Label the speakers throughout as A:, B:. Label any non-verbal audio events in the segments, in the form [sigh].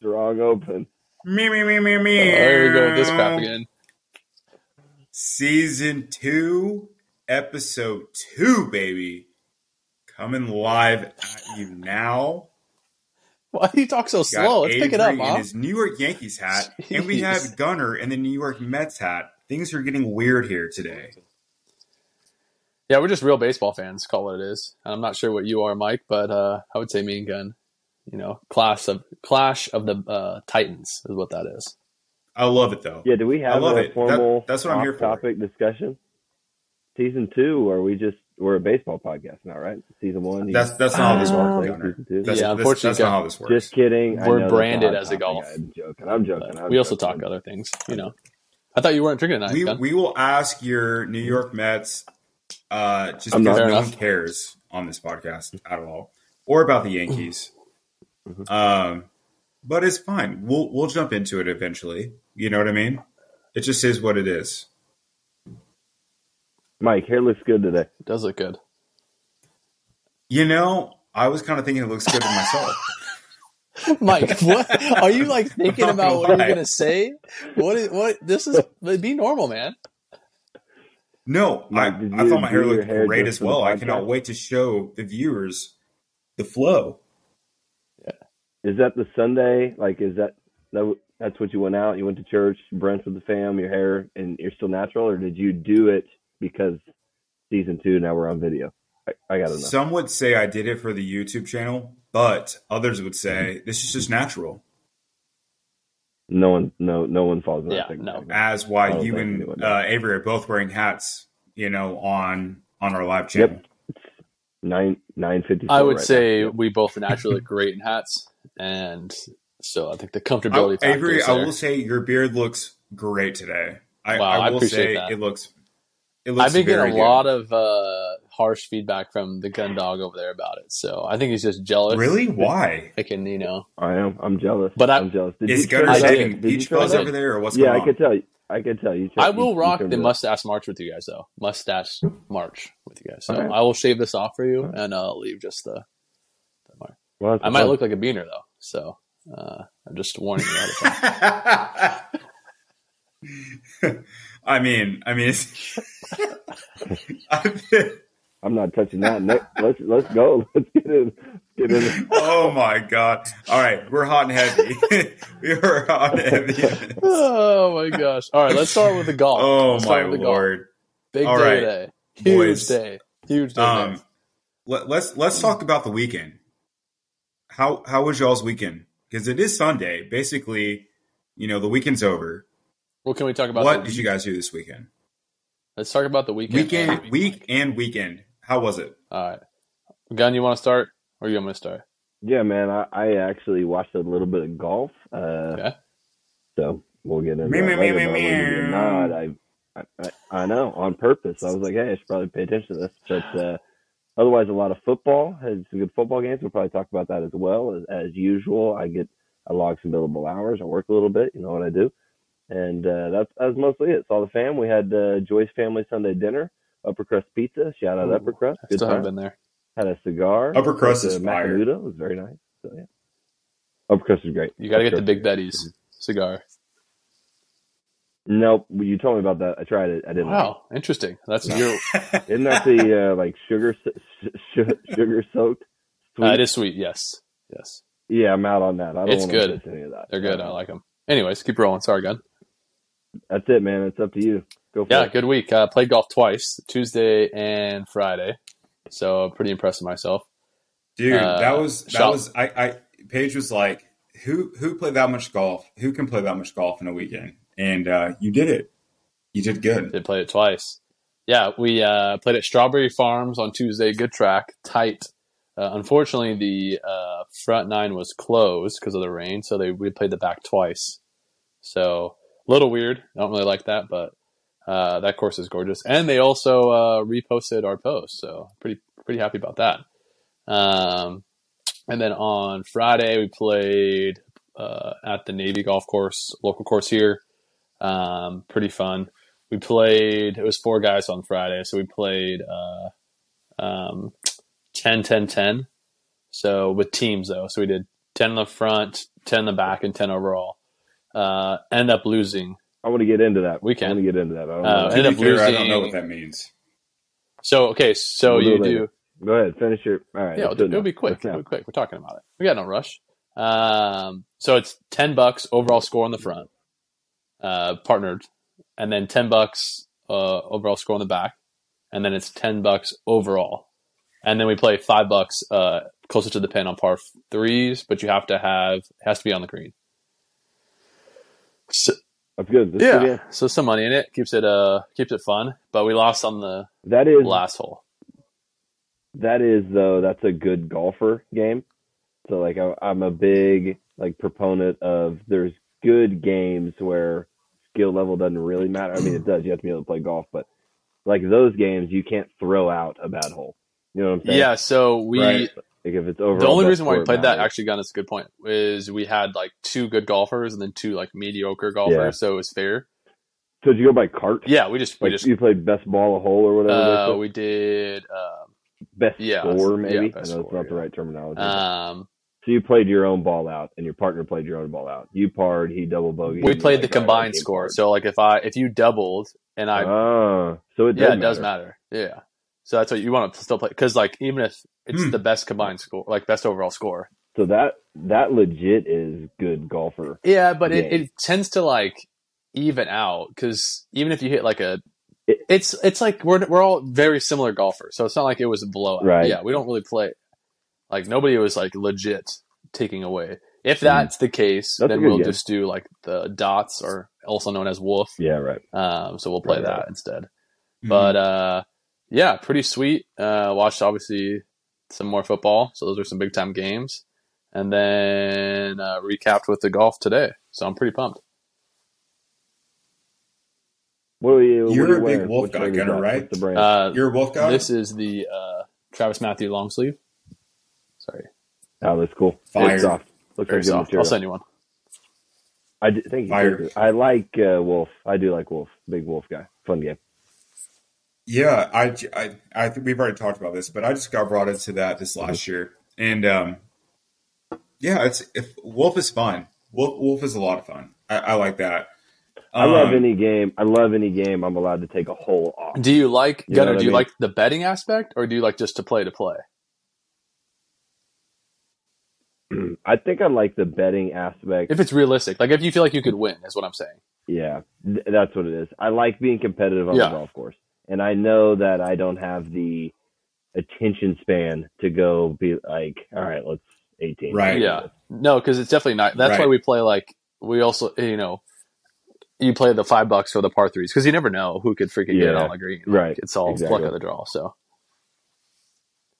A: the wrong open.
B: Me me me me
C: Oh,
B: me.
C: there we go with this crap again.
B: Season two, episode two, baby, coming live at you now.
C: Why do you talk so
B: Got
C: slow? Let's pick it up,
B: Avery in
C: Mom.
B: his New York Yankees hat, and we
C: Jeez.
B: have Gunner in the New York Mets hat. Things are getting weird here today.
C: Yeah, we're just real baseball fans. Call it what it is. And I'm not sure what you are, Mike, but uh, I would say me and Gun. You know, class of clash of the uh, titans is what that is.
B: I love it though.
A: Yeah, do we
B: I
A: have
B: love
A: a
B: it. That-
A: formal
B: that's what I'm here for.
A: topic discussion? Season two, or we just we're a baseball podcast now, right? Season one. you-
B: That's that's not how this
C: Ah.
B: works, Gunner.
A: Season two.
B: That's,
C: Yeah,
B: that's-
C: unfortunately,
B: that's not
C: Gunner.
B: how this works.
A: Just kidding. I
C: We're
A: know that's
C: branded
A: not
C: as a
A: topic.
C: golf.
A: I'm joking. I'm joking. I'm
C: But we also talk
A: joking.
C: other things. You know, I thought you weren't drinking tonight.
B: we
C: Gun.
B: we will ask your New York Mets, uh, just
A: I'm not-
B: because no
C: Fair
B: one
C: enough.
B: cares on this podcast at all, or about the Yankees.
A: Mhm.
B: um, but it's fine. We'll we'll jump into it eventually. You know what I mean? It just is what it is.
A: Mike, hair looks good today.
C: It does look good.
B: You know, I was kind of thinking it looks good to myself.
C: [laughs] Mike, what are you [laughs] like thinking
B: I'm not
C: about? What you're
B: gonna lie.
C: gonna say? What? Is, what? This is be normal, man.
B: No, I,
A: Mike, did
B: I
A: you
B: thought my hair
A: do your
B: looked
A: hair
B: great
A: just
B: as
A: for the
B: well. I
A: podcast?
B: cannot wait to show the viewers the flow.
A: Is that the Sunday? Like, is that that? That's what you went out. You went to church, brunch with the fam. Your hair, and you're still natural, or did you do it because season two? Now we're on video. I, I gotta know.
B: Some would say I did it for the YouTube channel, but others would say this is just natural.
A: no one, no, no one falls. in that
C: Yeah,
A: thing.
C: no.
B: as why
A: Oh,
B: you
A: thank
B: and
A: you, Linda.
B: uh, Avery are both wearing hats, you know, on on our live channel.
A: Nine nine fifty.
C: I would say we both naturally look great in hats, and so I think the
B: I,
C: comfortability. factor
B: Avery,
C: is
B: I
C: there.
B: will say your beard looks great today. I,
C: Wow,
B: I
C: I
B: will
C: appreciate
B: say
C: that.
B: it looks. It looks
C: I've been
B: very
C: getting a
B: good.
C: lot of uh, harsh feedback from the gun dog over there about it. So I think he's just jealous.
B: Really? Why?
C: I can, you know.
A: I am. I'm jealous.
C: But I-
A: am jealous. Did
B: Is
A: you turn
B: Gunner
C: I
A: it up?
C: did.
B: saving
A: Did you
B: beach
A: turn
B: balls
A: it up?
B: over there, or what's
A: Yeah,
B: going
A: I
B: on?
A: could tell you. I could tell you.
C: I
A: turned-
C: will
A: you- you
C: rock
A: turned
C: the
A: it up.
C: mustache march with you guys, though. Mustache march with you guys. So
A: Alright.
C: I will shave this off for you and uh, leave just the. the mark.
A: Well, that's
C: I might
A: fun.
C: look like a beaner, though. So uh, I'm just warning you.
B: [laughs]
C: ahead of time.
B: [laughs] I mean, I mean, [laughs] it's, I,
A: I'm not touching that. Ne- let's let's go. [laughs] Let's get in. Get in.
B: oh my god! All right, we're hot and heavy. [laughs] we are hot and
C: [laughs]
B: heavy.
C: oh, my gosh. All right, let's start with the golf.
B: Oh
C: Let's
B: my
C: start with the
B: lord!
C: Golf. Big
B: All
C: day
B: right,
C: today. Huge
B: boys.
C: day. Huge day.
B: Um,
C: today.
B: let, let's let's talk about the weekend. How how was y'all's weekend? Because it is Sunday. Basically, you know the weekend's over.
C: What can we talk about?
B: What
C: the-
B: did you guys do this weekend?
C: Let's talk about the weekend.
B: Weekend, week and weekend. How was it?
C: All right. Gun, you want to start or you want me to start?
A: Yeah, man. I, I actually watched a little bit of golf. Uh,
C: Okay.
A: So we'll get into
B: Meow,
A: that later.
B: meow, meow,
A: but when you did
B: meow.
A: not, I, I, I I know on purpose. I was like, hey, I should probably pay attention to this. But uh, otherwise, a lot of football. Had some good football games. We'll probably talk about that as well as, as usual. I get I log some billable hours. I work a little bit. You know what I do. And uh, that's that's mostly it. Saw the fam. We had uh, Joy's family Sunday dinner. Upper Crust Pizza. Shout out
C: Ooh,
A: Upper Crust.
C: I
A: Good
C: still
A: time.
C: haven't been there.
A: Had a cigar.
B: Upper Crust
A: Had
B: is
A: a
B: fire.
A: Macanudo. It was very nice. So yeah. Upper Crust is great.
C: You got to
A: Upper
C: get the
A: Crust is
C: Big
A: great.
C: Betty's cigar.
A: Nope. You told me about that. I tried it. I didn't. like it.
C: Wow. Interesting. That's your.
A: Isn't that the uh, [laughs] like sugar s- s- [laughs] sh- sugar soaked?
C: Uh, it is sweet. Yes. Yes.
A: Yeah, I'm out on that. I don't
C: It's
A: want
C: good.
A: to any of that.
C: They're good. I like them. Anyways, keep rolling. Sorry, Gun.
A: That's it, man. It's up to you. Go for
C: Yeah,
A: it.
C: good week. Uh, played golf twice, Tuesday and Friday. So pretty impressed with myself.
B: Dude,
C: Uh,
B: that was that
C: shop-
B: was I, I Paige was like, who who played that much golf? Who can play that much golf in a weekend? And uh, you did it. You did good.
C: Did play it twice. Yeah, we uh, played at Strawberry Farms on Tuesday. Good track, tight. Uh, unfortunately, the uh, front nine was closed because of the rain, so they we played the back twice. So a little weird. I don't really like that, but uh, that course is gorgeous. And they also uh, reposted our post, so pretty pretty happy about that. Um, and then on Friday we played uh, at the Navy golf course, local course here. Um, pretty fun. We played. It was four guys on Friday, so we played uh, um, 10, 10, 10. So with teams though, so we did 10 in the front, 10 in the back, and 10 overall. Uh, end up losing.
A: I want to get into that.
C: We can.
A: I want to get into that. I don't
C: Uh,
A: know.
C: end
B: To
C: up
B: be fair, I don't
C: losing-
B: know what that means.
C: So, okay, so
A: We'll do
C: you
A: it later.
C: do.
A: Go ahead. Finish your. All right.
C: Yeah,
A: that's
C: it'll,
A: good
C: it'll
A: enough.
C: be quick.
A: That's enough.
C: It'll be quick. We're talking about it. We got no rush. Um, so it's ten bucks overall score on the front, uh, partnered, and then ten bucks uh, overall score on the back, and then it's ten bucks overall, and then we play five bucks uh, closer to the pin on par threes, but you have to have it has to be on the green. So,
A: That's good. That's good,
C: yeah, so some money in it keeps it uh keeps it fun, but we lost on the
A: That is
C: last hole.
A: that is though that's a good golfer game. So like I, I'm a big like proponent of there's good games where skill level doesn't really matter. I mean it does. You have to be able to play golf, but like those games you can't throw out a bad hole. You know what I'm saying?
C: Yeah, so we
B: Right.
A: Like if it's over.
C: the only reason why we played that actually gun is a good point is we had like two good golfers and then two like mediocre golfers
A: Yeah.
C: so it was fair
A: So did you go by cart?
C: yeah we just we
A: Like
C: just
A: you played best ball a hole or whatever. they
C: uh,
A: said?
C: we did um,
A: best
C: yeah,
A: score
C: yeah,
A: maybe.
C: best
A: I know it's
C: score,
A: not the
C: yeah.
A: right terminology.
C: um
A: so you played your own ball out, and your partner played your own ball out. You parred, he double bogeyed. and
C: we
A: you're
C: played the
A: like, "All right,
C: combined
A: game
C: score
A: parred."
C: so like if i if you doubled and i
A: Ah, so it
C: yeah
A: does
C: it does matter yeah so that's what you want to still play because like even if it's
B: Hmm.
C: the best combined score like best overall score
A: So that that legit is good golfer.
C: yeah but it,
A: Yeah.
C: it tends to like even out because even if you hit like a
A: It-
C: it's it's like we're we're all very similar golfers, so it's not like it was a blowout.
A: Right.
C: Yeah, we don't really play like nobody was like legit taking away. If that's the case,
A: Mm-hmm. That's a
C: then
A: good
C: we'll
A: guess.
C: just do like the dots, or also known as wolf.
A: Yeah, right.
C: Um, so we'll play
A: Right,
C: that
A: right.
C: instead.
A: Mm-hmm.
C: But uh, yeah, pretty sweet. Uh, watched obviously some more football, so those are some big time games, and then uh, recapped with the golf today. So I'm pretty pumped.
A: What are you? what
B: You're
A: are you
B: a big
A: wearing?
B: wolf
A: Which
B: guy,
A: brand is
B: Gunnar,
A: that?
B: right?
A: What's the brand?
C: Uh,
B: you're a wolf guy.
C: This is the uh, Travis Matthew long sleeve. Sorry,
A: oh, that's cool.
B: Fire.
A: It's soft. Looks
C: very
A: like good
C: soft.
A: material.
C: I'll send you one.
A: I d- thank you.
B: Fire.
A: thank you. I like uh, Wolf. I do like Wolf. Big Wolf guy. Fun game.
B: Yeah, I, I, I think we've already talked about this, but I just got brought into that this
A: Mm-hmm.
B: last year, and um, yeah, it's if Wolf is fun. Wolf, Wolf is a lot of fun. I, I like that.
A: I love
B: Um,
A: any game. I love any game. I'm allowed to take a hole off.
C: Do you like
A: You know
C: Gunnar?
A: what I
C: do you
A: mean?
C: like the betting aspect, or do you like just to play to play?
A: [clears throat] I think I like the betting aspect.
C: If it's realistic, like if you feel like you could win, is what I'm saying.
A: Yeah, th- that's what it is. I like being competitive on
C: Yeah.
A: the golf course, and I know that I don't have the attention span to go be like, all right, let's eighteen.
B: Right.
C: Yeah, no, because it's definitely not. That's why
B: Right.
C: we play like we also, you know, you play the five bucks for the par threes because you never know who could freaking get it
A: Yeah.
C: on the green. Like,
A: Right.
C: it's all
A: Exactly.
C: luck of the draw. So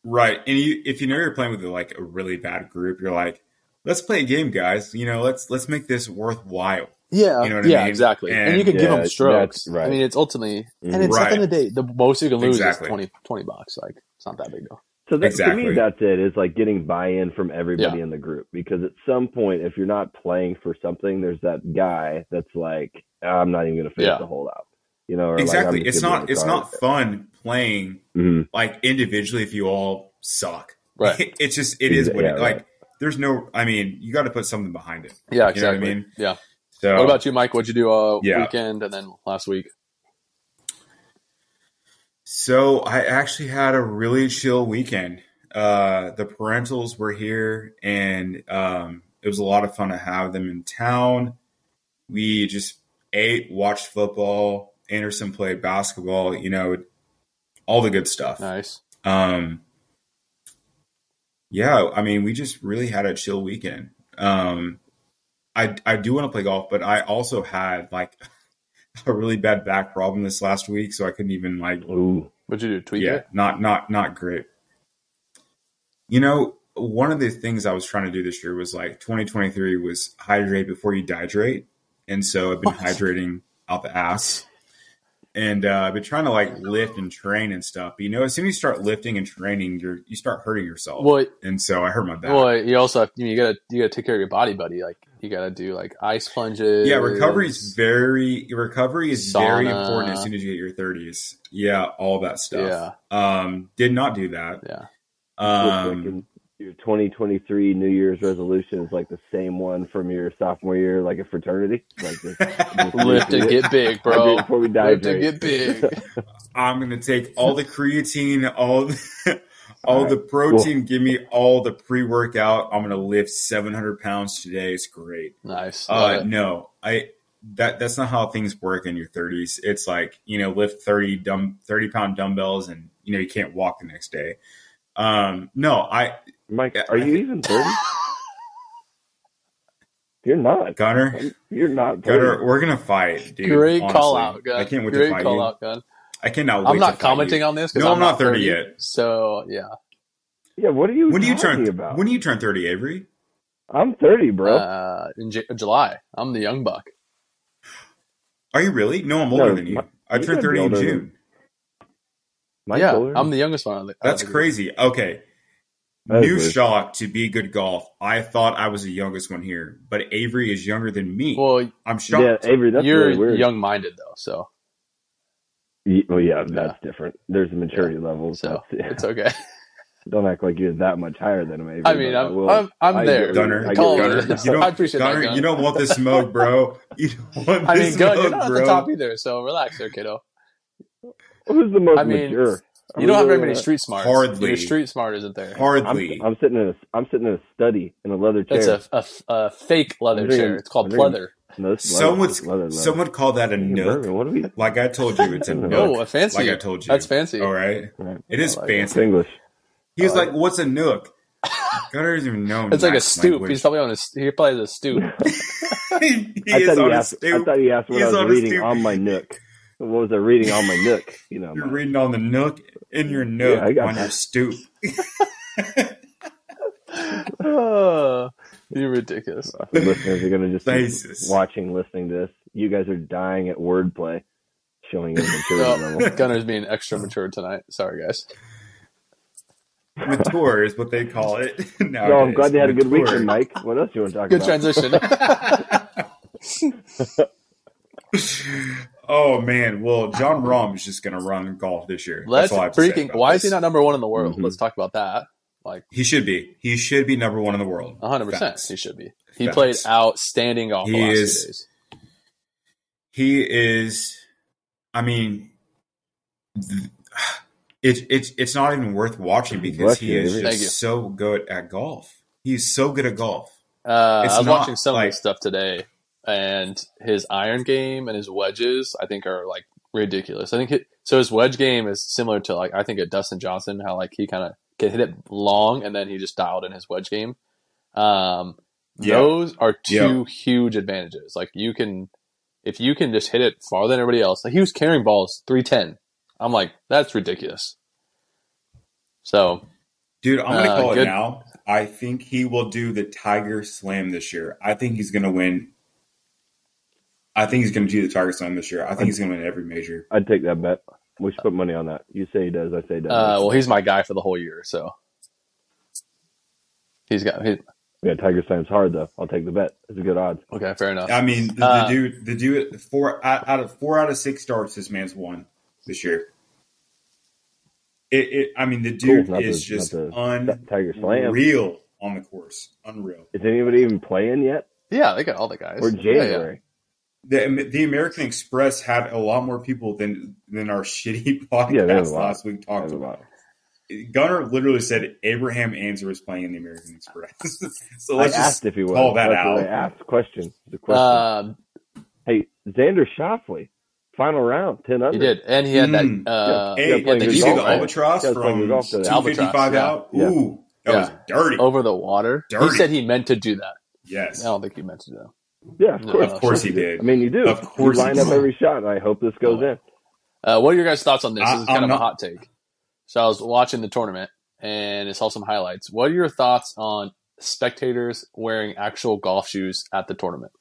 B: Right. And you if you know you're playing with like a really bad group, you're like, let's play a game, guys. You know, let's let's make this worthwhile.
C: yeah,
B: You know what I
C: yeah,
B: mean?
C: exactly. And,
B: And-
C: you could give
A: Yeah,
C: them strokes.
A: that's right.
C: I mean, it's ultimately, and
A: Mhm.
C: it's at the
B: Right.
C: end of the day, the most you can lose
B: Exactly.
C: is 20, 20 bucks. Like it's not that [laughs] big deal.
A: So that, to
B: Exactly.
A: me, that's it. It's like getting buy-in from everybody
C: Yeah.
A: in the group because at some point, if you're not playing for something, there's that guy that's like, I'm not even going to finish
C: Yeah.
A: the hole out. You know, or like, I'm
B: exactly.
A: just
B: It's
A: gonna be
B: not
A: on
B: it's
A: the
B: not
A: card.
B: fun playing
A: Mhm.
B: like individually if you all suck.
C: Right.
B: [laughs] it's just it is
A: Exa-
B: what
A: yeah,
B: it,
A: right.
B: like there's no I mean, you gotta put something behind it.
C: Yeah,
B: You know what I
C: exactly.
B: mean?
C: Yeah.
B: So
C: What about you, Mike? What'd you do uh,
B: Yeah.
C: weekend and then last week?
B: So I actually had a really chill weekend. Uh, the parentals were here, and um, it was a lot of fun to have them in town. We just ate, watched football. Anderson played basketball. You know, all the good stuff.
C: Nice.
B: Um, yeah, I mean, we just really had a chill weekend. Um, I I do want to play golf, but I also had like [laughs] a really bad back problem this last week, so I couldn't even like
A: Mm-hmm. Ooh,
C: What'd you do? Tweak
B: yeah,
C: it?
B: not not not great. You know, one of the things I was trying to do this year was like 2023 was hydrate before you dihydrate, and so I've been
C: What?
B: hydrating out the ass, and uh, I've been trying to like lift and train and stuff. But you know, as soon as you start lifting and training, you're you start hurting yourself,
C: Well,
B: and so I hurt my back.
C: well, you also have, you gotta you gotta take care of your body, buddy. Like you gotta do like ice plunges.
B: yeah, recovery is very recovery is very
C: Sauna.
B: important as soon as you hit your 30s. Yeah, all that stuff.
C: Yeah,
A: [laughs]
B: Um, did not do that.
C: yeah.
A: looks
B: Um,
A: like an- your 2023 New Year's resolution is like the same one from your sophomore year, like a fraternity? Like just,
B: [laughs]
A: just
C: Lift and get big,
A: [laughs]
C: bro.
A: Before we dive
C: Lift and get big.
A: [laughs]
B: I'm gonna take all the creatine, all [laughs] the, all the protein. Give me all the pre workout. I'm gonna lift 700 pounds today. It's great.
C: Nice.
B: Uh,
C: Love it.
B: no, I that that's not how things work in your 30s. It's like you know, lift 30 dumb 30 pound dumbbells, and you know you can't walk the next day. Um, no, I
A: Mike,
B: Yeah,
A: are
B: I
A: you even
C: [laughs]
A: 30? You're not.
B: Gunner.
A: You're not 30.
B: Gunner, we're gonna fight, dude.
C: Great
B: honestly.
C: call out, gun.
B: I can't wait
C: Great
B: to fight
C: call
B: you.
C: out, gun.
B: I cannot. Wait
C: I'm
B: to
C: not
B: fight you.
C: commenting on this. 'cause
B: No, I'm not 30 yet.
C: So yeah,
A: Yeah, what are you
B: When do you
A: talking
B: turn?
A: about?
B: When do you turn 30, Avery?
A: I'm 30, bro.
C: uh, in J- July, I'm the young buck.
B: Are you really? No, I'm older
A: No,
B: than you.
A: my-
B: I
A: you gotta
B: turned
A: be
B: 30 in
A: older than-
B: June.
A: Mike's
C: yeah,
A: older.
C: I'm the youngest one. on the-
B: That's
C: on the group.
B: crazy. Okay.
A: That is
B: New
A: weird.
B: shock to be good golf. I thought I was the youngest one here, but Avery is younger than me.
C: Well,
B: I'm
A: yeah,
B: shocked.
A: Avery, that's
C: you're
A: really weird.
C: young-minded though, so
A: Ye- Well, yeah, that's different. There's a maturity level.
C: so
A: that's- yeah.
C: it's okay.
A: [laughs]
C: [laughs]
A: Don't act like you're that much higher than him, Avery.
C: I mean,
A: but
C: I'm
A: will-
C: I'm, I'm
A: I
C: there.
A: get-
B: Gunner,
A: I
C: Call
A: get-
C: it.
B: Gunner,
C: [laughs]
B: you don't,
C: I appreciate that,
B: Gunner,
C: Gun.
B: you don't want this smoke,
A: [laughs]
B: bro. You don't want
C: I
B: this
C: mean, gun,
B: smoke,
C: you're not at
B: bro.
C: the top either, so relax there, kiddo.
A: Who's the most
C: I mean,
A: mature? Are
C: You
A: we
C: don't
A: really
C: have very many
A: gonna-
C: street smarts.
B: Hardly.
C: Your street smart isn't there.
B: Hardly.
A: I'm, I'm sitting in a I'm sitting in a study in a leather chair.
C: It's a, a, a fake leather
A: I'm drinking-
C: chair. It's called
A: I'm drinking-
C: pleather.
A: no, it's leather,
B: Someone,
A: it's leather, leather.
B: someone called that a
A: Drinking
B: nook.
A: bourbon. What are we?
B: [laughs] Like I told
A: [laughs]
B: you, it's a
A: Oh,
B: nook.
C: Oh, a fancy.
B: Like I told you.
C: That's fancy.
B: All right.
A: Right.
B: It is
C: I like it.
A: It's
B: fancy.
A: English.
B: He was
A: Uh,
B: like, "What's a nook?"
C: [laughs]
B: Gunner doesn't even know.
C: It's like a
B: Max
C: stoop.
B: language. [laughs]
C: He's probably on a st- he probably has a stoop. [laughs]
B: he
A: I
B: is
A: thought
B: on
A: he
B: a
A: asked. I
B: stoop.
A: thought he asked what
B: He's
A: I was
B: on a
A: reading
B: stoop.
A: on
B: [laughs]
A: my nook. What was I reading on my nook? You know,
B: You're
A: my-
B: reading on the nook in your nook
A: Yeah, I got
B: on
A: that.
B: your stoop.
C: oh, you're ridiculous.
A: the listeners are going to just
B: Basis.
A: be watching, listening to this. You guys are dying at wordplay, showing your maturity
C: Well,
B: [laughs]
A: level.
C: Gunner's being extra mature tonight. Sorry, guys.
B: Mature is what they call it. [laughs] Nowadays.
A: No, I'm glad they had a good
B: Mature.
A: weekend, Mike. What else do you want to talk
C: Good
A: about?
B: [laughs]
C: transition.
B: [laughs] Oh man, well John Rom is just gonna run golf this year.
C: Let's
B: That's all I have to say
C: freaking.
B: about
C: Why is
B: this.
C: he not number one in the world?
B: Mm-hmm.
A: Mhm.
C: Let's talk about that. Like
B: He should be. He should be number one in the world.
C: 100. percent
B: Facts.
C: He should be. He
B: Facts.
C: played outstanding golf the
B: He
C: last
B: is-
C: two days.
B: he is i mean th- [sighs] it's it's it's not even worth watching because
A: Bless
B: he
A: you,
B: is
A: Avery.
B: just
C: Thank you.
B: so good at golf he's so good at golf
C: Uh,
B: It's
C: I was
B: not,
C: watching some of
B: like-
C: his stuff today, and his iron game and his wedges, I think, are like ridiculous. I think he, so. His wedge game is similar to like I think at Dustin Johnson, how like he kind of can hit it long, and then he just dialed in his wedge game. Um,
B: Yeah.
C: Those are
B: Yeah.
C: two huge advantages. Like you can, if you can just hit it farther than everybody else. Like he was carrying balls three ten. I'm like, that's ridiculous. So
B: dude i'm gonna
C: Uh,
B: call
C: good.
B: it now i think he will do the tiger slam this year i think he's gonna win i think he's gonna do the tiger slam this year i think he's gonna win every major
A: I'd take that bet. We should put money on that. You say he does. I say he does.
C: Uh, well, he's my guy for the whole year, so he's got. He,
A: yeah, Tiger Slam's hard though. I'll take the bet. It's a good odds.
C: okay, fair enough.
B: i mean the,
C: Uh,
B: the dude the dude four out, out of four out of six starts this man's won this year it, it i mean the dude
A: Not
B: is
A: the-
B: just
A: not the-
B: un
A: That Tiger Slam.
B: Real on the course. Unreal.
A: Is anybody even playing yet?
C: Yeah, they got all the guys.
A: Or
C: Yeah, yeah.
A: January?
B: The, the American Express had a lot more people than than our [laughs] shitty
A: Yeah, they have
B: podcast
A: a lot.
B: last week talked
A: That's a lot.
B: about. Gunner literally said Abraham Anser is playing in the American Express. [laughs] so
A: I
B: let's just
A: asked if he was.
B: call that
A: That's what
B: out.
A: I asked question. The question.
C: Um,
A: hey, Xander Shoffley, final round, ten under.
C: he did, and he had
B: Mm.
C: that. Uh,
A: Yeah,
B: hey,
A: playing
B: did you
A: good
B: see
A: golf,
B: the
A: right?
B: albatross
A: Yeah, it's playing
B: from
A: good golf today.
B: two fifty
C: Albatross,
B: five
C: yeah.
B: out?
A: Yeah. Oh.
B: Ooh, that
C: Yeah.
B: was dirty.
C: Over the water. He
B: Dirty.
C: said he meant to do that. I
B: yes,
C: don't think he meant to do that.
A: Yeah, of course.
C: Of
B: course he did.
A: I mean, you do.
B: Of course
A: you line
B: he
A: up
B: did.
A: every shot, and I hope this goes in.
C: Uh, what are your guys' thoughts on this?
B: I-
C: this is kind
B: I'm
C: of
B: not-
C: a hot take. So I was watching the tournament and I saw some highlights. What are your thoughts on spectators wearing actual golf shoes at the tournament?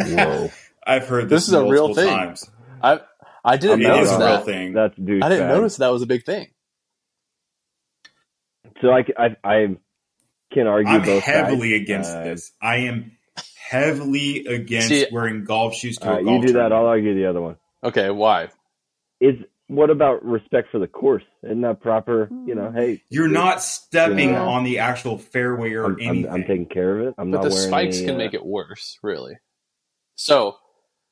A: Whoa,
B: I've heard
C: This
B: this,
C: is a real
B: multiple
C: thing.
B: Times.
C: I I
B: It
C: didn't
A: I'm not
B: is
C: notice
B: a
A: wrong.
B: real
C: that.
B: thing.
A: that's douchebag.
C: I didn't notice that was a big thing.
A: So I, c- I- I can argue
B: I'm
A: both
B: heavily
A: sides.
B: against
A: Uh,
B: this. I am heavily against
C: See-
B: wearing golf shoes to
A: all
B: a
A: right,
B: golf
A: you uh, do that,
B: tournament.
A: I'll argue the other one.
C: Okay, why?
A: It's what about respect for the course? Isn't that proper? You
B: Mm.
A: know, hey,
D: You're
A: dude,
D: not stepping
A: Yeah.
D: on the actual fairway or
A: I'm, I'm,
D: anything.
A: I'm taking care of it. I'm
C: but
A: not
C: the
A: wearing
C: spikes
A: any,
C: can
A: uh,
C: make it worse, really. So,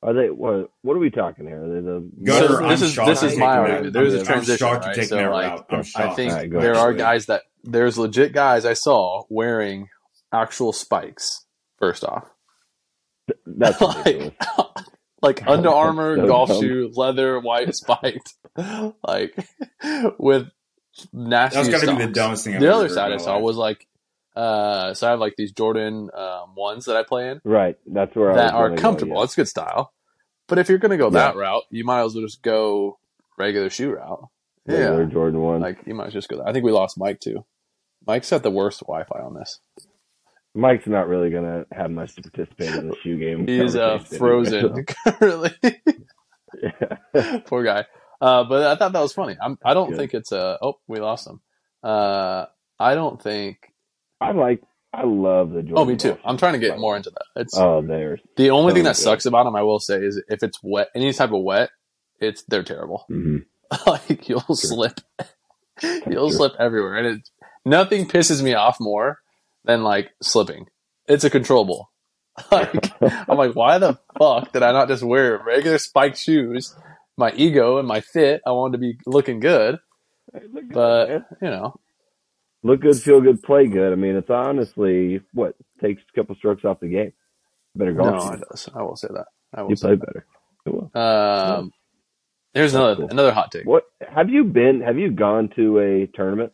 A: Are they what? What are we talking here? Are they the
D: Gunner,
C: so
D: I'm
C: this is
D: shocked
C: this
D: you're
C: is my
D: taking
C: argument.
D: that-
C: There's
A: I'm
C: a transition.
D: shocked you're
C: right?
D: taking
C: So,
D: that
C: like,
D: route. I'm
C: I
D: shocked.
C: think
A: Alright, Oh, go
C: there are
D: actually.
C: guys that there's legit guys I saw wearing actual spikes. First off,
A: [laughs] That's ridiculous.
C: [laughs] like,
A: [laughs]
C: like Under Armour
A: So
C: golf
A: dumb.
C: shoe, leather, white [laughs] spiked, like with nasty.
D: That's got to be the
C: socks.
D: dumbest thing. I've
C: The other
D: ever heard
C: side
D: in
C: I
D: my
C: saw
D: life.
C: was like, uh, so I have like these Jordan um, ones that I play in
A: right. That's where I was
C: that are
A: gonna
C: comfortable.
A: Go, yeah.
C: That's good style. But if you're gonna go that route, you might as well just go regular shoe route.
A: Regular Jordan one.
C: Like you might just go. That. I think we lost Mike too. Mike's got the worst Wi-Fi on this.
A: Mike's not really gonna have much to participate in the shoe game.
C: He's uh,
A: conversation anyway,
C: [laughs] frozen currently.
A: so-
C: Poor guy. Uh, but I thought that was funny. I'm, I don't
A: Good.
C: think it's a. Oh, we lost him. Uh, I don't think.
A: [laughs] I like. I love the Jordan.
C: Oh, me too.
A: golf
C: I'm trying to get
A: Like-
C: more into that. It's
A: shoe. Oh, there's
C: the only thing
A: so
C: that
A: good.
C: sucks about them. I will say is if it's wet, any type of wet, it's they're terrible.
A: mhm.
C: [laughs] like you'll slip [laughs] you'll
A: Sure.
C: slip everywhere and it nothing pisses me off more than like slipping it's a controllable [laughs] like i'm like why the fuck did i not just wear regular spiked shoes my ego and my fit i wanted to be looking good
A: Hey, look good,
C: But-
A: man.
C: you know
A: look good, feel good, play good. I mean, it's honestly what takes a couple strokes off the game. Better golf.
C: no
A: you.
C: it does i will say that i will
A: you
C: say
A: play better. It will.
C: that. um here's
A: That's
C: another
A: cool.
C: another hot take
A: What have you been? Have you gone to a tournament?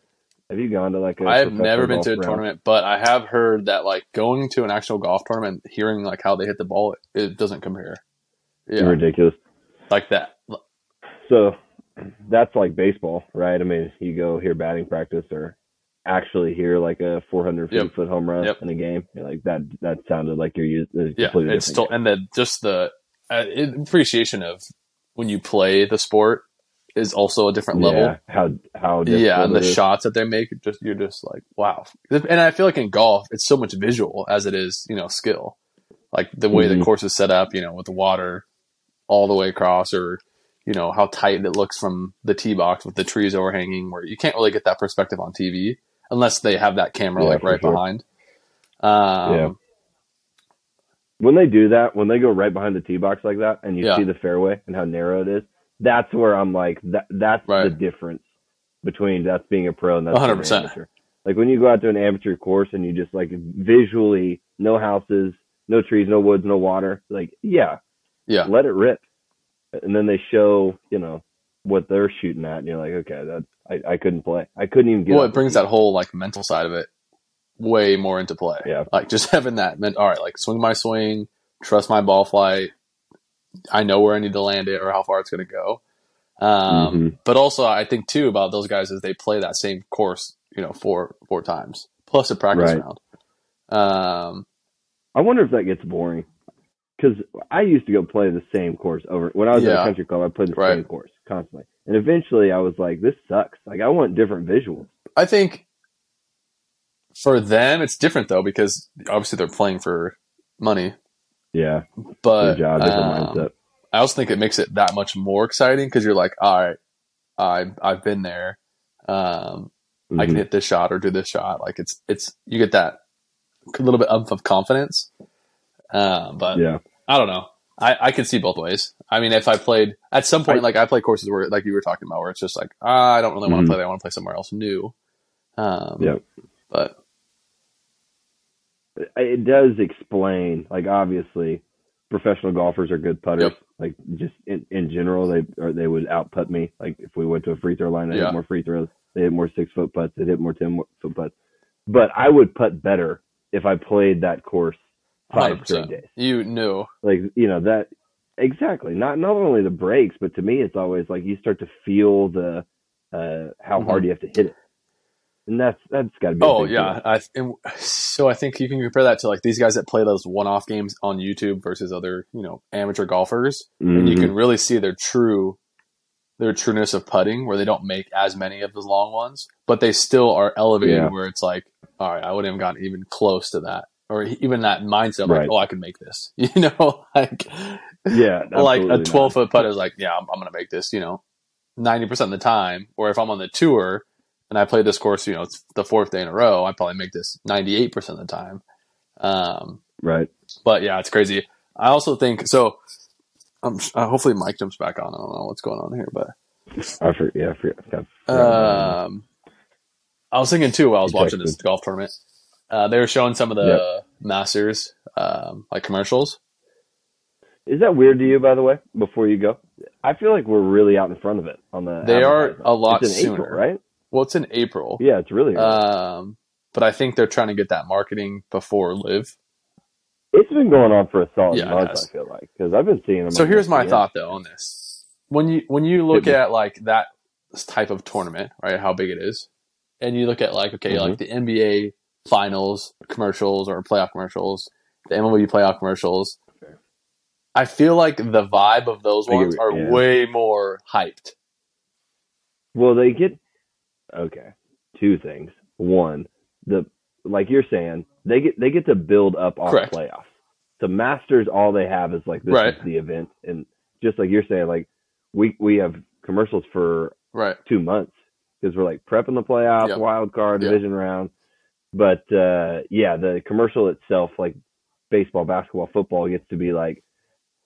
A: Have you gone to like a?
C: I have
A: professional
C: never been
A: golf
C: to a
A: round?
C: tournament, but I have heard that like going to an actual golf tournament, hearing like how they hit the ball, it, it doesn't compare. Yeah,
A: Ridiculous.
C: like that.
A: So that's like baseball, right? I mean, you go hear batting practice or actually hear like a 450
C: Yep.
A: foot home run
C: Yep.
A: in a game. You're like that. That sounded like you're used.
C: Yeah,
A: completely
C: it's still
A: different
C: and the just the uh, it- appreciation of when you play the sport is also a different
A: game.
C: level.
A: Yeah, how how
C: Yeah,
A: difficult
C: and the
A: it is.
C: shots that they make, just you're just like wow. And I feel like in golf, it's so much visual as it is, you know, skill. Like the way the
A: Mhm.
C: course is set up, you know, with the water all the way across, or you know how tight it looks from the tee box with the trees overhanging, where you can't really get that perspective on TV unless they have that camera
A: Yeah,
C: like
A: for
C: right
A: sure.
C: behind. Um,
A: Yeah. When they do that, when they go right behind the tee box like that, and you
C: Yeah.
A: see the fairway and how narrow it is, that's where I'm like, that that's the
C: Right.
A: difference between that's being a pro and that's
C: 100%.
A: being an amateur. Like when you go out to an amateur course and you just like visually no houses, no trees, no woods, no water. Like yeah,
C: yeah,
A: let it rip. And then they show, you know, what they're shooting at, and you're like, okay, that I, I couldn't play. I couldn't even get.
C: well,
A: up.
C: it brings that whole like mental side of it way more into play.
A: Yeah.
C: Like just [laughs] having that meant all right, like swing my swing, trust my ball flight. I know where I need to land it or how far it's going to go. Um,
A: Mhm.
C: But also, I think too about those guys is they play that same course, you know, four four times plus a practice
A: Right.
C: round. Um,
A: I wonder if that gets boring. Because I used to go play the same course over when I was at
C: Yeah.
A: a country club. I played the same
C: Right.
A: course constantly, and eventually I was like, "This sucks." Like I want different visuals.
C: I think for them it's different though because obviously they're playing for money,
A: Yeah,
C: but
A: good job, different
C: um,
A: mindset.
C: I also think it makes it that much more exciting because you're like, all right, I I've been there. Um, I can
A: Mhm.
C: hit this shot or do this shot. Like it's it's you get that little bit of, of confidence. Um, but
A: yeah,
C: I don't know. I, I could see both ways. I mean, if I played at some point,
A: I-
C: like I play courses where, like you were talking about, where it's just like ah, I don't really want to
A: Mhm.
C: play. There. I want to play somewhere else new. Um,
A: Yeah.
C: But
A: it does explain. Like obviously, professional golfers are good putters.
C: Yep.
A: Like just in, in general, they or they would output me. Like if we went to a free throw line, they
C: Yeah.
A: hit more free throws. They hit more six foot putts. They hit more ten foot putts. But I would putt better if I played that course five
C: 100%.
A: straight days.
C: you knew,
A: like you know that exactly not not only the breaks but to me it's always like you start to feel the uh how hard you have to hit it and that's that's got to be a
C: Mm-hmm. oh
A: big
C: yeah. I and, so I think you can compare that to like these guys that play those one-off games on YouTube versus other you know amateur golfers.
A: deal.
C: and you
A: Mhm.
C: can really see their true their trueness of putting where they don't make as many of those long ones but they still are elevated
A: Yeah.
C: where it's like all right i wouldn't have gotten even close to that or e, even that mindset of
A: Right.
C: like oh i could make this [laughs] you know like
A: yeah Mm-hmm.
C: like
A: absolutely
C: a
A: not.
C: 12 foot putt is like yeah I'm, I'm gonna make this you know ninety percent of the time. Or if I'm on the tour and I play this course, you know, it's the fourth day in a row, I probably make this ninety eight percent of the time. Um,
A: Right.
C: but yeah, it's crazy. I also think so. Um, uh, hopefully, Mike jumps back on. I don't know what's going on here, but
A: I for, yeah, I forget. I forgot.
C: um, I was thinking too while I was watching this golf tournament. Uh, they were showing some of the Masters um, like commercials.
A: Is that weird to you, by the way? Before you go, I feel like we're really out in front of it on the.
C: They are
A: advertisement.
C: a lot
A: it's in April,
C: sooner.
A: right?
C: Well, it's in April.
A: Yeah, it's really. early.
C: Um, but I think they're trying to get that marketing before live.
A: it's been going on for a solid
C: yeah, it
A: month.
C: has.
A: I feel like because I've been seeing them.
C: So
A: on E
C: here's my
A: ESPN.
C: thought though on this. When you when you look
A: Hit me.
C: at like that type of tournament, right, how big it is, and you look at like okay,
A: Mm-hmm.
C: like the NBA finals commercials or playoff commercials, the MLB playoff commercials,
A: Fair.
C: I feel like the vibe of those
A: I get
C: ones
A: what-
C: are
A: yeah.
C: way more hyped.
A: Well, they get okay. Two things. One, the like you're saying, they get they get to build up on
C: Correct.
A: the playoffs. The Masters, all they have is like this
C: Right.
A: is the event, and just like you're saying, like we we have commercials for
C: Right.
A: two months because we're like prepping the playoff,
C: Yep.
A: wild card,
C: Yep.
A: division round. But uh, yeah, the commercial itself, like baseball, basketball, football, gets to be like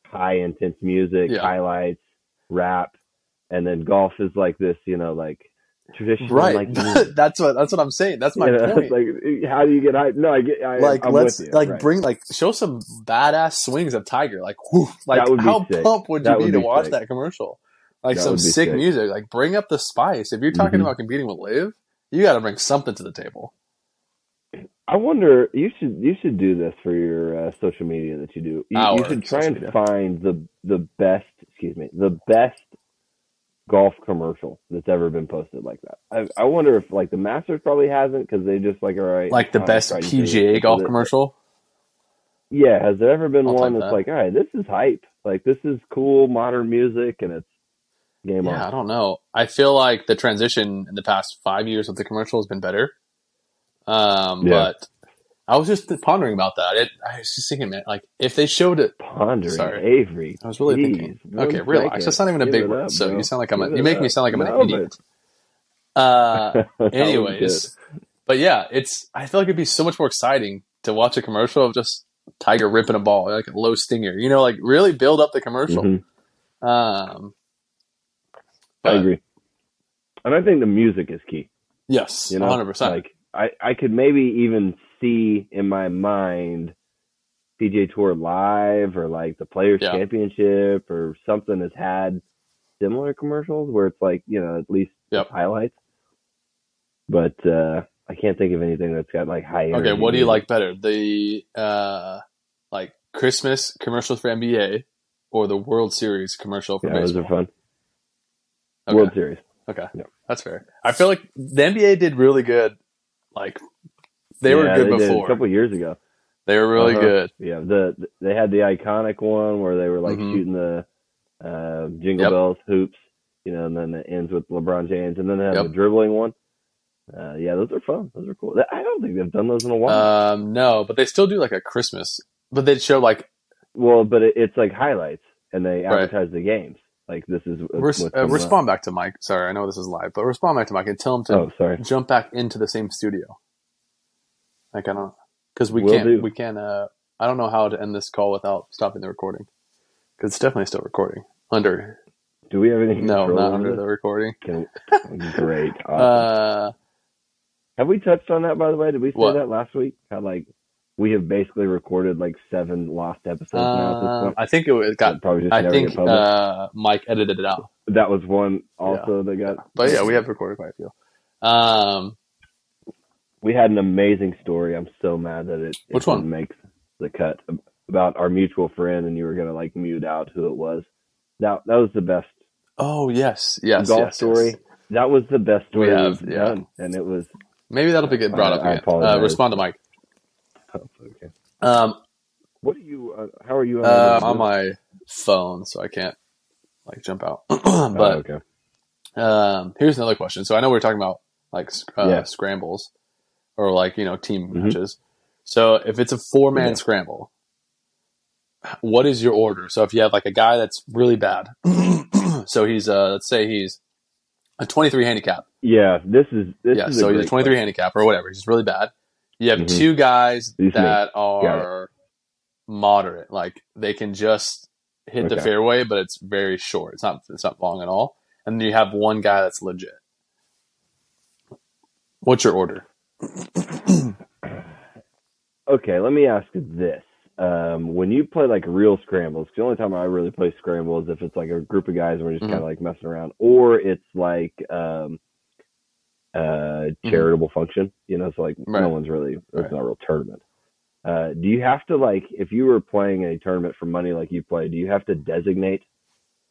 A: high intense music,
C: Yeah.
A: highlights, rap, and then golf is like this, you know, like traditional,
C: Right.
A: like. you
C: [laughs] that's what that's what I'm saying. That's my
A: know, [laughs]
C: point.
A: it's like how do you get hyped? No, I get. I,
C: like
A: I'm
C: let's
A: with you,
C: like
A: right.
C: bring like show some badass swings of Tiger. Like whew, like
A: That would be
C: how
A: sick.
C: pumped would you
A: That
C: be
A: would
C: to
A: be
C: watch
A: sick.
C: that commercial? Like
A: That
C: some
A: would be
C: sick
A: sick.
C: music. Like bring up the spice. If you're talking
A: Mhm.
C: about competing with Live, you got to bring something to the table.
A: I wonder you should you should do this for your uh, social media that you do. You,
C: Our
A: you should try
C: social
A: and
C: media.
A: find the the best excuse me the best golf commercial that's ever been posted like that. I, I wonder if like the Masters probably hasn't because they just like all right
C: Like the
A: fine,
C: best
A: try to do
C: PGA
A: this.
C: golf
A: Is it-
C: commercial.
A: Yeah, has there ever been
C: I'll
A: one
C: type
A: that's
C: that.
A: like all right this is hype like this is cool modern music and it's game
C: Yeah, I
A: on.
C: don't know. I feel like the transition in the past five years of the commercial has been better. Um,
A: Yeah.
C: but I was just pondering about that. It, I was just thinking, man, like if they showed it
A: Pondering
C: Sorry.
A: Avery. [laughs]
C: I was really
A: Jeez,
C: thinking.
A: one
C: Okay, relax.
A: second.
C: That's not even a
A: Give
C: big
A: it
C: word.
A: up,
C: so
A: bro.
C: you sound like I'm. A,
A: Give
C: you
A: it
C: make me
A: up.
C: sound like I'm
A: No,
C: an idiot. Uh,
A: [laughs] That was good.
C: anyways, but yeah, it's. I feel like it'd be so much more exciting to watch a commercial of just Tiger ripping a ball like a low stinger. You know, like really build up the commercial.
A: Mhm.
C: Um,
A: I
C: but
A: agree. And I think the music is key.
C: Yes,
A: You
C: one
A: know,
C: hundred percent.
A: like I, I could maybe even see in my mind PJ Tour live or like the Players
C: Yeah.
A: Championship or something that's had similar commercials where it's like you know at least
C: Yep.
A: highlights. But uh, I can't think of anything that's got like high.
C: Okay,
A: energy
C: what do you
A: music.
C: like better, the uh, like Christmas commercials for NBA or the World Series commercial for
A: Yeah, those
C: baseball?
A: are fun.
C: Okay.
A: World Series.
C: That's fair. I feel like the NBA did really good. Like they were
A: Yeah,
C: good
A: did
C: before.
A: a couple years ago.
C: they were really
A: Uh-huh.
C: good.
A: Yeah, the the- they had the iconic one where they were like
C: Mhm.
A: shooting the uh, jingle
C: Yep.
A: bells hoops, you know, and then it ends with LeBron James, and then they have
C: Yep.
A: the dribbling one. Uh, yeah, those are fun. Those are cool. I don't think they've done those in a while.
C: Um, no, but they still do like a Christmas. But they'd show like
A: well, but it, it's like highlights, and they
C: Right.
A: advertise the games. Like this is
C: res-
A: what's
C: uh,
A: coming up.
C: respond back to Mike. Sorry, I know this is live, but respond back to Mike and tell him to
A: Oh, sorry.
C: jump back into the same studio. Like I don't because we
A: Will
C: can't
A: do.
C: we can't. Uh, I don't know how to end this call without stopping the recording because it's definitely still recording under.
A: Do we have any? control
C: No, not
A: over
C: under
A: this?
C: the recording. [laughs]
A: Can- Oh, Great. Awesome.
C: Uh,
A: have we touched on that by the way? Did we say
C: What?
A: that last week? How like we have basically recorded like seven lost episodes now at this
C: um,
A: point.
C: I think it was- it got
A: It'd probably just
C: I
A: never
C: think
A: get published.
C: uh, Mike edited it out.
A: That was one also that got.
C: But yeah, we have recorded quite a few. Um,
A: we had an amazing story. I'm so mad that it, it
C: Which one?
A: didn't make the cut about our mutual friend, and you were gonna like mute out who it was. That that was the best
C: oh yes, yes,
A: golf
C: yes, yes.
A: story. That was the best story
C: We have,
A: we've
C: yeah.
A: done, and it was
C: Maybe that'll be get brought
A: I-
C: up
A: I
C: again.
A: apologize.
C: Uh, respond to Mike.
A: tough. oh, Okay.
C: Um,
A: What are you? Uh, how are you?
C: uh, on my phone, so I can't like jump out. [clears throat]
A: Oh,
C: but
A: okay.
C: Um, here's another question. So I know we are talking about like sc- uh,
A: Yeah.
C: scrambles or like you know team
A: Mhm.
C: matches. So if it's a four man
A: Yeah.
C: scramble, [clears throat] what is your order? So if you have like a guy that's really bad, so he's uh, let's say he's a 23 handicap.
A: Yeah, this is this
C: yeah,
A: is
C: so
A: a
C: he's a
A: great
C: 23
A: player.
C: handicap or whatever. He's really bad. You have
A: Mhm.
C: two guys
A: He's me.
C: that are moderate. Like they can just hit the
A: Okay.
C: fairway, but it's very short. It's not it's not long at all. And then you have one guy that's legit. What's your order?
A: Okay, let me ask this. Um, when you play like real scrambles, 'cause the only time I really play scrambles is if it's like a group of guys and we're just
C: Mhm.
A: kind of like messing around, or it's like um, uh, charitable function. You know, so like no
C: Mm-hmm. Right.
A: one's really it's
C: Right.
A: not a real tournament. Uh, do you have to like if you were playing a tournament for money like you play? Do you have to designate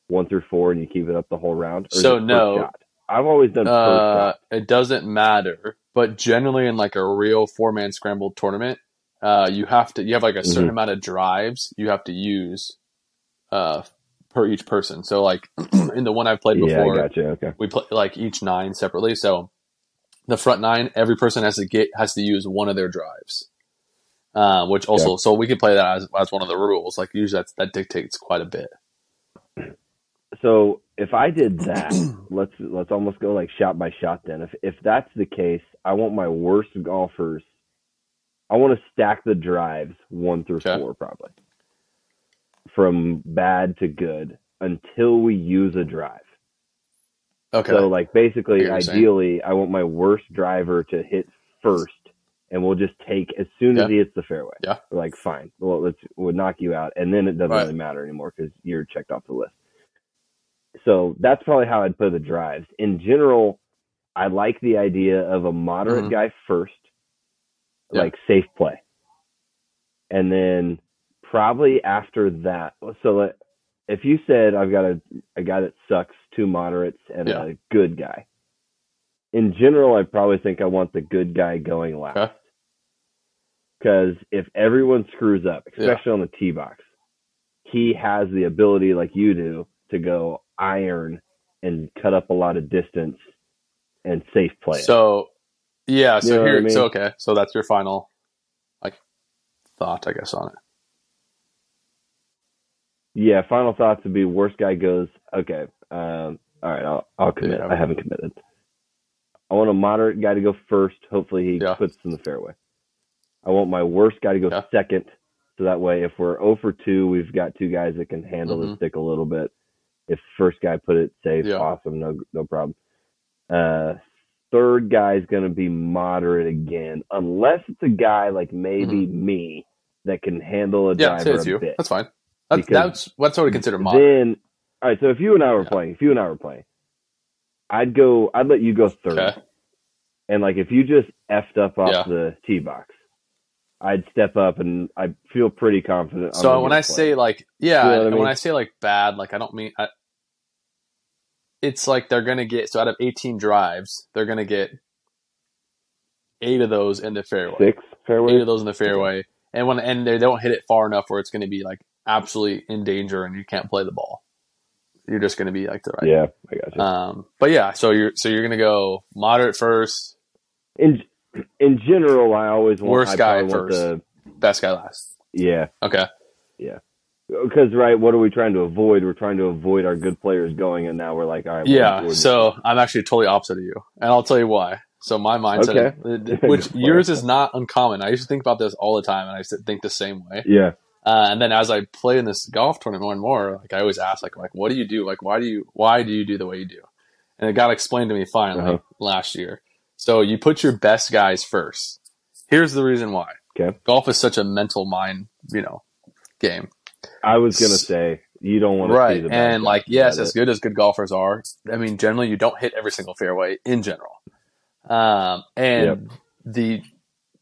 A: one through four and you keep it up the whole round? is
C: So,
A: it per
C: no.
A: shot? I've always done per
C: Uh,
A: shot.
C: it doesn't matter, but generally in like a real four man scramble tournament, uh, you have to you have like a certain
A: Mhm.
C: amount of drives you have to use, uh, per each person. So like [clears throat] in the one I've played
A: Yeah,
C: before,
A: I gotcha. Okay.
C: we play like each nine separately. So the front nine, every person has to get has to use one of their drives, uh, which also so we can play that as, as one of the rules. Like usually that's, that dictates quite a bit.
A: so if I did that, let's let's almost go like shot by shot then. If if that's the case, I want my worst golfers. I want to stack the drives one through
C: Okay.
A: four probably, from bad to good until we use a drive.
C: Okay,
A: So like basically,
C: I get what you're saying.
A: ideally, I want my worst driver to hit first, and we'll just take as soon as
C: Yeah.
A: he hits the fairway.
C: Yeah.
A: We're like fine, well let's we'll knock you out, and then it doesn't
C: Right.
A: really matter anymore because you're checked off the list. So that's probably how I'd play the drives. In general, I like the idea of a moderate
C: Mhm.
A: guy first,
C: Yeah.
A: like safe play, and then probably after that. So like, if you said I've got a a guy that sucks, two moderates, and
C: Yeah.
A: a good guy. In general, I probably think I want the good guy going
C: Okay.
A: last. Because if everyone screws up, especially on the tee box, he has the ability, like you do, to go iron and cut up a lot of distance and safe play. it.
C: so yeah, so
A: You know what I
C: here,
A: mean?
C: so okay, so that's your final like thought, I guess, on it.
A: yeah, final thoughts would be worst guy goes, okay, um, all right, I'll, I'll commit.
C: Yeah.
A: I haven't committed. I want a moderate guy to go first. Hopefully he
C: Yeah.
A: puts in the fairway. I want my worst guy to go
C: Yeah.
A: second. So that way, if we're 0 for 2, we've got two guys that can handle the stick a little bit. If first guy put it safe,
C: Mm-hmm. Yeah.
A: awesome, no no problem. Uh, third guy is going to be moderate again, unless it's a guy like maybe me that can handle a
C: Mm-hmm. Yeah, say
A: driver
C: it's
A: a
C: you.
A: bit.
C: That's fine. That's
A: Because
C: that's that's what I would consider moderate.
A: Then, all right. So if you and I were
C: Yeah.
A: playing, if you and I were playing, I'd go. I'd let you go third.
C: Okay.
A: And like, if you just effed up off
C: Yeah.
A: the tee box, I'd step up, and I feel pretty confident. I'm
C: So
A: gonna
C: when
A: get
C: I
A: a play.
C: say like
A: You
C: yeah,
A: know what I
C: and when
A: mean?
C: I say like bad, like I don't mean I, it's like they're gonna get so out of eighteen drives, they're gonna get eight of those in the fairway,
A: six
C: eight
A: fairway,
C: of those in the fairway, and when and they don't hit it far enough where it's gonna be like absolutely in danger and you can't play the ball. You're just gonna be like the right.
A: yeah, I got you.
C: Um, but yeah, so you're so you're gonna go moderate first,
A: in in general, I always want
C: Worst
A: I
C: guy
A: probably want
C: first.
A: the-
C: best guy last.
A: yeah,
C: Okay,
A: because right, what are we trying to avoid? We're trying to avoid our good players going, and now we're like, all right, we're-
C: yeah.
A: we're-
C: So I'm actually totally opposite of you, and I'll tell you why. So my mindset,
A: [laughs] Okay.
C: which
A: Go for
C: yours
A: it.
C: is not uncommon. I used to think about this all the time, and I used to think the same way.
A: yeah,
C: Uh, and then as I play in this golf tournament more and more, like I always ask, like, like, what do you do? Like, why do you, why do you do the way you do? And it got explained to me finally
A: Uh-huh.
C: last year. So you put your best guys first. Here's the reason why.
A: Okay.
C: Golf is such a mental mind, you know, game.
A: I was gonna say you don't want to see
C: Right.
A: the bad
C: And
A: guy.
C: like, yes,
A: That
C: as
A: is-
C: good as good golfers are, I mean, generally you don't hit every single fairway in general. Um, and the,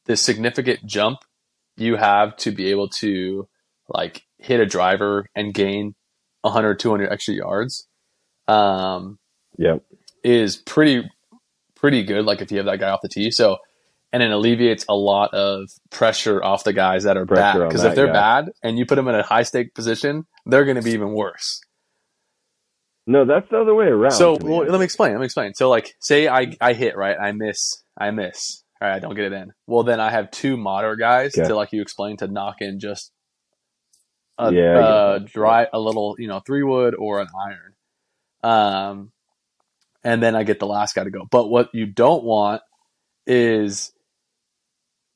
C: the significant jump you have to be able to like hit a driver and gain 100, 200 extra yards, um,
A: Yep.
C: is pretty, pretty good. Like if you have that guy off the tee. So, and it alleviates a lot of pressure off the guys that are
A: Pressure
C: bad.
A: on
C: Because if
A: that
C: they're
A: guy.
C: bad and you put them in a high stake position, they're going to be even worse.
A: No, that's the other way around.
C: So
A: to
C: well,
A: honest.
C: let me explain. Let me explain. So like, say I I hit right, I miss, I miss. All right, I don't get it in. Well, then I have two moderate guys
A: Okay.
C: to like you explained to knock in just
A: Yeah,
C: a
A: I get
C: uh,
A: that.
C: dry a little you know three wood or an iron. Um, and then I get the last guy to go. But what you don't want is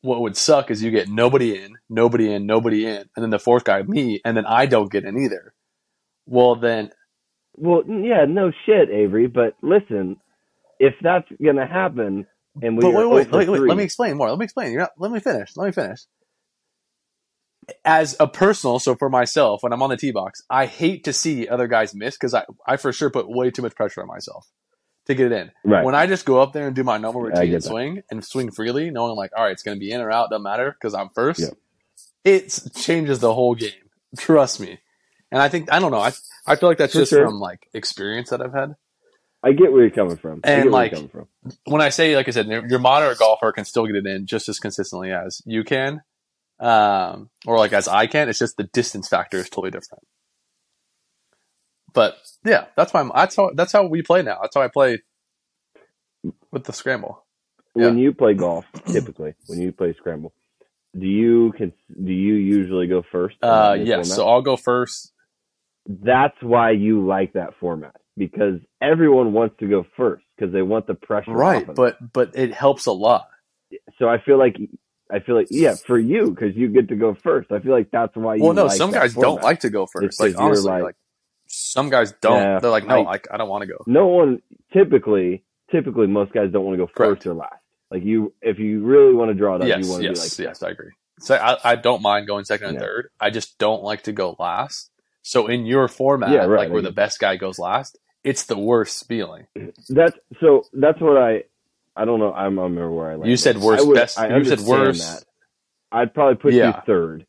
C: what would suck is you get nobody in, nobody in, nobody in, and then the fourth guy, me, and then I don't get in either. Well, then,
A: Well, yeah, no shit, Avery. But listen, if that's gonna happen, and we
C: but
A: are
C: wait,
A: 0
C: wait,
A: for
C: wait, wait,
A: three-
C: let me explain more. Let me explain. You're not, let me finish. Let me finish. As a personal, so for myself, when I'm on the tee box, I hate to see other guys miss because I, I for sure put way too much pressure on myself to get it in.
A: right.
C: When I just go up there and do my normal
A: I
C: routine
A: get
C: and
A: that.
C: swing and swing freely, knowing I'm like, all right, it's going to be in or out, doesn't matter because I'm first.
A: Yeah.
C: It changes the whole game. Trust me. And I think I don't know. I I feel like that's
A: For
C: just
A: sure.
C: from like experience that I've had.
A: I get where you're coming from. I
C: And,
A: get where
C: like,
A: you're coming from.
C: When I say like I said, your your moderate golfer can still get it in just as consistently as you can, um, or like as I can. It's just the distance factor is totally different. But yeah, that's my that's how that's how we play now. That's how I play with the scramble.
A: When you play golf, typically, when you play scramble, do you can do you usually go first? in
C: Uh,
A: that new
C: yes.
A: format?
C: So I'll go first.
A: that's why you like that format because everyone wants to go first because they want the pressure off
C: Right,
A: of
C: but but it helps a lot.
A: them. so I feel like I feel like yeah for you because you get to go first. I feel like that's why. you
C: Well, no,
A: like
C: some
A: that
C: guys
A: format.
C: don't like to go
A: It's
C: first. Like
A: 'cause you're
C: honestly,
A: like-
C: like, some guys don't.
A: Yeah,
C: They're like, no,
A: I-
C: I, I don't want to go.
A: No one typically typically most guys don't want to go
C: Correct.
A: first or last. Like you, if you really want to draw it up, you
C: Yes,
A: want to
C: yes,
A: be like
C: yes. I agree. So I, I don't mind going second and
A: Yeah.
C: third. I just don't like to go last. So in your format,
A: Yeah, right,
C: like where
A: I
C: the
A: get-
C: best guy goes last, it's the worst feeling.
A: that's so. That's what I. I don't know. I'm, I don't remember where I landed.
C: said worst,
A: I would-
C: best-
A: I
C: you said
A: understand
C: worst.
A: That. I'd probably put you
C: Yeah.
A: third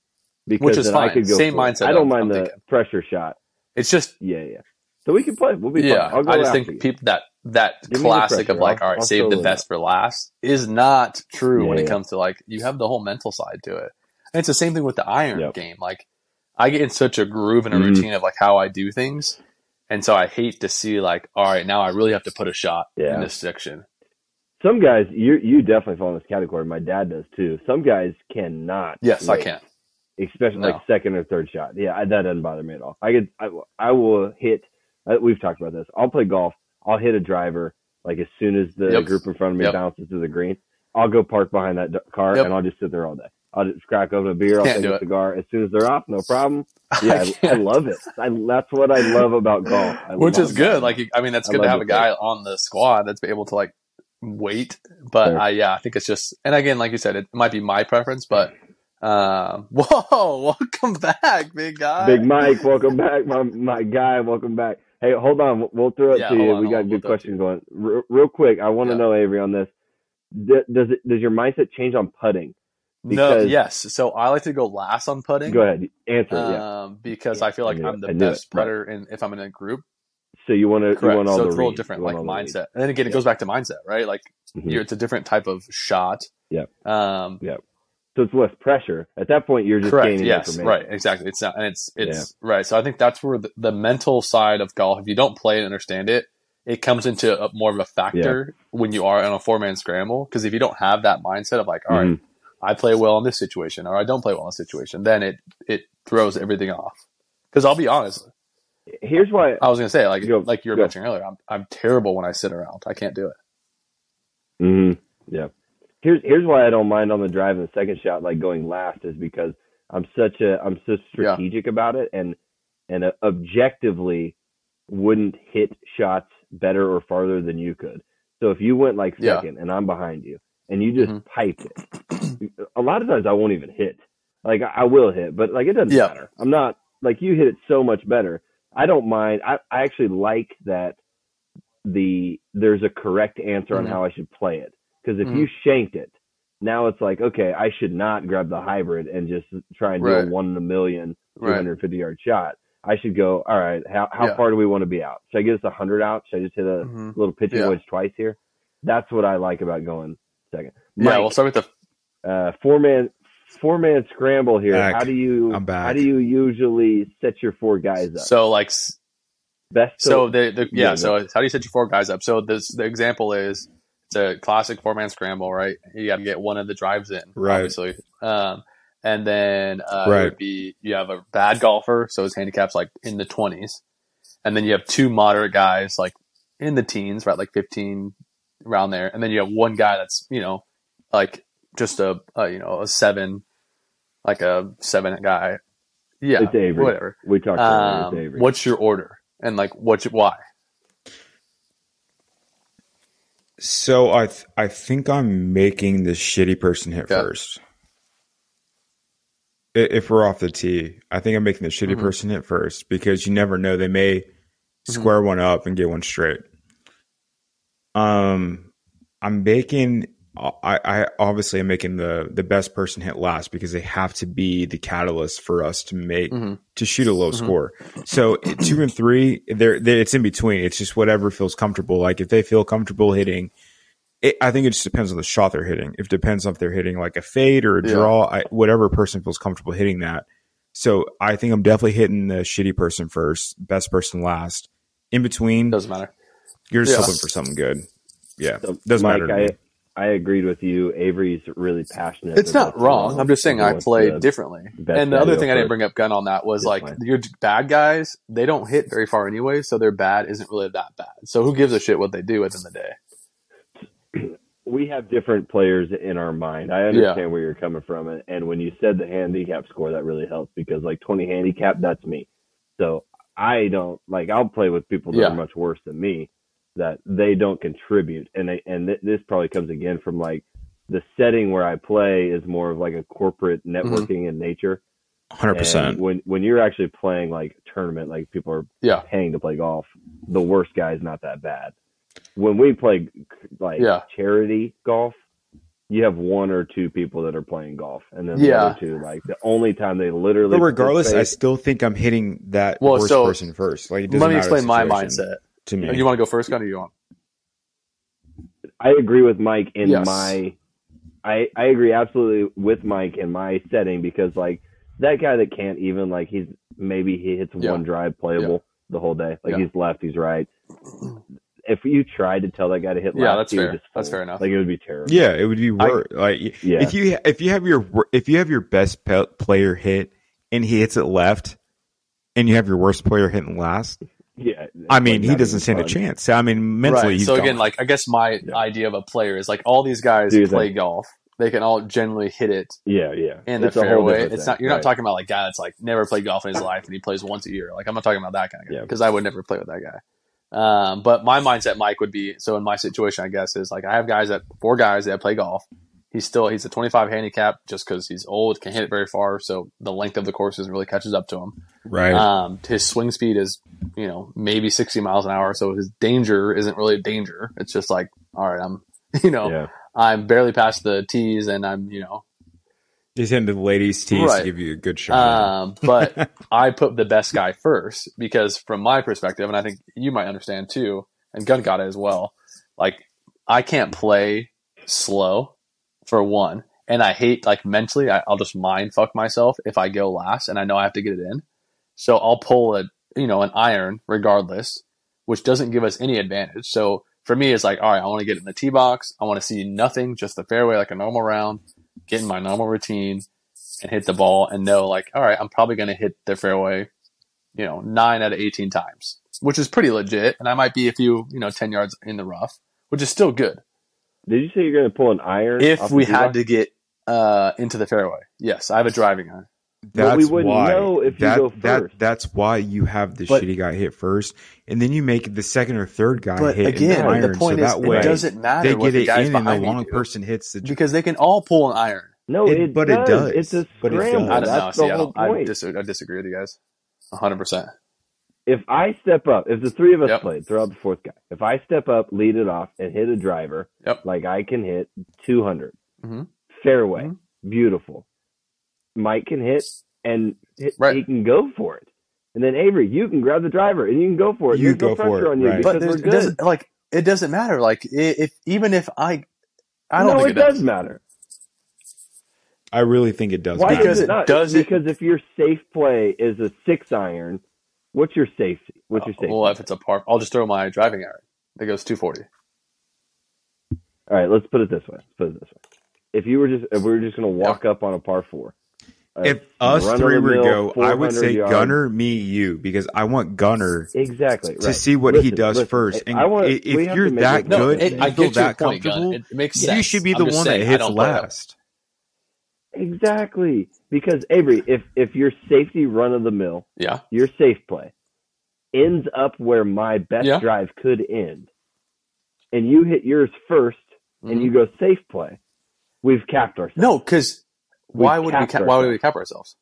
A: because
C: Which is
A: then I
C: fine.
A: could go
C: Same
A: fourth.
C: mindset
A: I don't
C: I'm-
A: mind
C: I'm
A: the
C: thinking.
A: pressure shot.
C: It's just
A: Yeah, yeah. So we can play. We'll be
C: yeah,
A: fine. I'll go
C: I just
A: after
C: think
A: you.
C: people that that
A: Give me the
C: classic of
A: pressure.
C: like,
A: I'll-
C: all right,
A: I'll
C: save the
A: totally
C: best for last is not true when
A: Yeah,
C: it
A: yeah.
C: comes to like you have the whole mental side to it. And it's the same thing with the iron
A: Yep.
C: game. Like I get in such a groove and a
A: Mhm.
C: routine of like how I do things, and so I hate to see like, all right, now I really have to put a shot
A: Yeah.
C: in this section.
A: Some guys, you you definitely fall in this category. My dad does too. Some guys cannot.
C: Yes, I
A: wait.
C: can't.
A: especially
C: No.
A: like second or third shot. Yeah, I, that doesn't bother me at all. I could, I, I will hit. Uh, we've talked about this. I'll play golf. I'll hit a driver like as soon as the
C: Yep.
A: group in front of me
C: Yep.
A: bounces to the green. I'll go park behind that d- car
C: Yep.
A: and I'll just sit there all day. I'll just crack open a beer. I'll
C: Can't
A: take
C: do
A: a
C: it.
A: cigar. As soon as they're off, no
C: [laughs]
A: problem.
C: I
A: Yeah, I, I
C: can't.
A: love it. I, that's what I love about golf. I
C: Which
A: love
C: is good.
A: golf.
C: Like I mean, that's
A: I
C: good to
A: love
C: have a
A: the play.
C: guy on the squad that's able to like wait. But
A: Sure.
C: I yeah, I think it's just and again, like you said, it might be my preference, but um, [laughs] whoa, welcome back, big guy.
A: Big Mike, welcome back, my my guy, welcome back. Hey, hold on, we'll throw it
C: Yeah,
A: to
C: hold
A: you.
C: on,
A: we
C: hold
A: got a
C: on,
A: good
C: we'll throw it to
A: question going. Re- real quick, I want to
C: Yeah.
A: know Avery on this. D- does it does your mindset change on putting?
C: no,
A: because-
C: yes. So I like to go last on putting.
A: Go ahead, answer. it, yeah.
C: Um, because I feel
A: I
C: like
A: knew
C: I'm
A: it. I
C: the
A: knew
C: best
A: it. Right.
C: putter, in if I'm in a group,
A: So you want to you
C: correct.
A: want all
C: So
A: the
C: it's a little
A: reads.
C: different,
A: You want
C: like
A: all the reads.
C: mindset. And then again, it
A: Yeah.
C: goes back to mindset, right? Like
A: Mhm.
C: you're, it's a different type of shot.
A: Yep.
C: Um,
A: So it's less pressure. At that point, you're just
C: correct
A: gaining
C: yes
A: information.
C: right exactly it's not and it's it's right so i think that's where the, the mental side of golf if you don't play and understand it it comes into a, more of a factor when you are on a four-man scramble because if you don't have that mindset of like all right,
A: Mhm.
C: i play well in this situation or i don't play well in this situation then it it throws everything off because i'll be honest
A: Mm-hmm. Here's why.
C: i was gonna say like
A: Go,
C: like you were
A: go.
C: mentioning earlier I'm, I'm terrible when i sit around i can't do it
A: Mhm.
C: Mm-hmm.
A: Yeah. Here's here's why I don't mind on the drive and the second shot, like going last, is because I'm such a I'm so strategic about it, and and uh, objectively wouldn't hit shots better or farther than you could. So if you went like
C: Yeah. Mm-hmm.
A: second and I'm behind you, and you just piped it, a lot of times I won't even hit. Like I, I will hit, but like it doesn't
C: Yeah.
A: matter. I'm not like you hit it so much better. I don't mind. I, I actually like that the there's a correct answer on
C: Mhm.
A: how I should play it. Because if
C: Mhm.
A: you shanked it, now it's like okay, I should not grab the hybrid and just try and
C: Right.
A: do a one in a million, two
C: right
A: hundred fifty yard shot. I should go. All right, how how
C: Yeah.
A: far do we want to be out? Should I get us a hundred out? Should I just hit a
C: Mhm.
A: little pitching
C: Yeah.
A: wedge twice here? That's what I like about going second.
C: yeah
A: Mike,
C: we'll start with the
A: uh, four man four man scramble here.
D: Back.
A: How do you
D: I'm back.
A: how do you usually set your four guys up?
C: so like s-
A: Best to-
C: So the, the yeah,
A: yeah,
C: so it's how do you set your four guys up? So this the example is it's a classic four man scramble, right? You got to get one of the drives in,
D: Right.
C: Obviously, um, and then uh, it
D: Right.
C: would be you have a bad golfer, so his handicap's like in the twenties, and then you have two moderate guys like in the teens, right? Like 15 around there. And then you have one guy that's, you know, like just a, a you know, a seven, like a seven guy. Yeah.
A: It's Avery.
C: Whatever.
A: We talked about it. It's
C: Um,
A: Avery.
C: what's your order? And like, what's your, why?
B: So I th- I think I'm making the shitty person hit
C: Yeah.
B: first. I- If we're off the tee, I think I'm making the shitty
C: Mhm.
B: person hit first because you never know. They may
C: Mm-hmm.
B: square one up and get one straight. Um, I'm making. I, I obviously am making the the best person hit last because they have to be the catalyst for us to make
C: Mhm.
B: to shoot a low
C: Mhm.
B: score. So [clears throat] two and three, they're, they it's in between. It's just whatever feels comfortable. Like if they feel comfortable hitting, it, I think it just depends on the shot they're hitting. If it depends on if they're hitting like a fade or a
C: Yeah.
B: draw, I, whatever person feels comfortable hitting that. So I think I'm definitely hitting the shitty person first, best person last. In between,
C: Doesn't matter.
B: you're just
C: yeah.
B: hoping for something good. Yeah,
A: So,
B: doesn't
A: Mike,
B: matter. To
A: I,
B: me.
A: I agreed with you. Avery's really passionate.
C: It's not
A: about
C: wrong.
A: Toronto.
C: I'm just saying
A: He
C: I
A: wants
C: played
A: the
C: differently.
A: best
C: And the
A: guy
C: other
A: to
C: thing
A: go
C: I didn't
A: first.
C: bring up gun on that was
A: Good
C: like
A: plan.
C: your bad guys, they don't hit very far anyway, so their bad isn't really that bad. So who gives a shit what they do at the end of the day?
A: we have different players in our mind. I understand where you're coming from, and- and when you said the handicap score, that really helps because like 20 handicap, that's me. So I don't like I'll play with people that
C: Yeah.
A: are much worse than me that they don't contribute, and they, and th- this probably comes again from like the setting where I play is more of like a corporate
C: Mm-hmm.
A: networking in nature.
B: Hundred
A: And
B: percent.
A: when when you're actually playing like tournament, like people are
C: Yeah.
A: paying to play golf, the worst guy is not that bad. When we play like
C: Yeah.
A: charity golf, you have one or two people that are playing golf, and then
C: Yeah.
A: the other two like the only time they literally.
B: But regardless, I
A: participate-
B: still think I'm hitting that
C: Well,
B: worst
C: so,
B: person first. Like it doesn't
C: Let me
B: matter the
C: explain my
B: situation
C: mindset. Oh,
B: to me.
C: You want to go first, gun, or you want?
A: I agree with Mike in
C: Yes.
A: my I I agree absolutely with Mike in my setting because like that guy that can't even like he's maybe he hits
C: Yeah.
A: one drive playable the whole day. Like
C: Yeah.
A: he's left, he's
B: [clears throat]
A: right. If you tried to tell that guy to hit
C: Yeah,
A: left,
C: that's
A: he would
C: fair.
A: just
C: That's
A: fold.
C: fair enough.
A: Like it would be terrible.
B: Yeah, it would be worse. like y-
A: Yeah.
B: if you if you have your wor- if you have your best pe- player hit and he hits it left, and you have your worst player hitting last.
A: Yeah.
B: I
A: it's,
B: mean,
A: like,
B: he
A: not
B: doesn't
A: even
B: stand a
A: fun.
B: chance. I mean, mentally,
C: right.
B: he's
C: So again,
B: gone.
C: like I guess my
A: Yeah.
C: idea of a player is like all these guys
A: Do your
C: play
A: thing.
C: golf. They can all generally hit it
A: Yeah, yeah.
C: in the
A: a whole
C: fairway.
A: different
C: It's
A: thing,
C: not you're
A: right.
C: not talking about like guy that's like never played golf in his life and he plays once a year. Like I'm not talking about that kind of guy
A: Yeah.
C: because I would never play with that guy. Um, but my mindset, Mike, would be so in my situation, I guess, is like I have guys that four guys that play golf. He's still he's a 25 handicap just because he's old, can hit it very far, so the length of the course isn't really catches up to him.
B: right?
C: Um, his swing speed is, you know, maybe 60 miles an hour. So his danger isn't really a danger. It's just like, all right, I'm, [laughs] you know,
A: Yeah.
C: I'm barely past the tees and I'm, you know,
B: he's hitting the ladies' tees
C: Right.
B: to give you a good shot.
C: um, but I put the best guy first because from my perspective, and I think you might understand too, and Gun got it as well. Like I can't play slow for one. And I hate like mentally, I, I'll just mind fuck myself if I go last and I know I have to get it in. So I'll pull a you know an iron regardless, which doesn't give us any advantage. So for me, it's like all right, I want to get in the tee box. I want to see nothing, just the fairway, like a normal round, get in my normal routine, and hit the ball, and know like all right, I'm probably going to hit the fairway, you know, nine out of eighteen times, which is pretty legit. And I might be a few you know ten yards in the rough, which is still good
A: Did you say you're going to pull an iron?
C: if
A: off
C: we
A: the
C: had
A: tee
C: to get uh into the fairway. Yes, I have a driving iron.
A: But we wouldn't know if you
B: that,
A: go
B: that-
A: first.
B: that's why you have the
C: But-
B: shitty guy hit first, and then you make the second or third guy
C: But
B: hit
C: again,
B: in the iron.
C: the point
B: so
C: is,
B: that way
C: it doesn't matter
B: they
C: what
B: get
C: the
B: it
C: guys
B: in, and the
C: behind
B: long
C: you do,
B: person hits the.
C: because they can all pull an iron.
A: No,
B: It-
A: it,
B: but it
A: does.
B: does.
A: It's a
B: But it
A: scramble.
B: does.
C: I don't know.
A: That's
C: See,
A: the
C: I,
A: whole
C: don't, I,
A: point.
C: dis- I disagree with you guys, hundred percent.
A: if I step up, if the three of us
C: Yep.
A: played, throw out the fourth guy. If I step up, lead it off, and hit a driver,
C: Yep.
A: like I can hit 200
C: Mhm.
A: fairway,
C: Mhm.
A: beautiful. Mike can hit, and hit,
C: Right.
A: he can go for it. And then Avery, you can grab the driver, and you can go for it.
B: You
A: There's no
B: go for
A: pressure
B: it,
A: on you
B: right.
A: because
C: But
A: we're
C: there's- it
A: good.
C: doesn't like it doesn't matter. Like i- if even if I, I don't
A: no,
C: think
A: it does matter.
B: I really think it does.
A: Why
B: matter.
C: Because
A: does
C: it
A: it not?
C: doesn't-
A: because if your safe play is a six iron, what's your safety? What's your safety?
C: Uh, Well, if it's a par, I'll just throw my driving iron. That goes two forty.
A: All right, let's put it this way. Let's put it this way. If you were just if we were just going to walk up on a par four, a
B: if us
A: run-of-the-mill
B: three were to go, I
A: 400
B: would say
A: yard-
B: Gunner, me, you, because I want Gunner
A: exactly
B: to
A: right.
B: see what he
A: Listen,
B: does
A: listen,
B: first. And
A: I wanna-
B: i- if
A: we have
B: you're
A: to make
B: that
A: it-
C: No,
B: good,
C: it,
B: you
C: I
B: feel
C: get your
B: that
C: point, Gunn.
B: comfortable,
C: It makes sense.
B: you should be
C: I'm
B: the
C: just
B: one
C: saying,
B: that
C: I
B: hits
C: don't play them.
B: last.
A: Exactly. Because Avery, if if your safety run of the mill,
C: Yeah,
A: your safe play ends up where my best
C: Yeah.
A: drive could end, and you hit yours 1st and you go safe play, we've capped ourselves.
C: Mm-hmm. no, because
A: We've
C: why would we?
A: capped
C: Ca- why would we cap ourselves?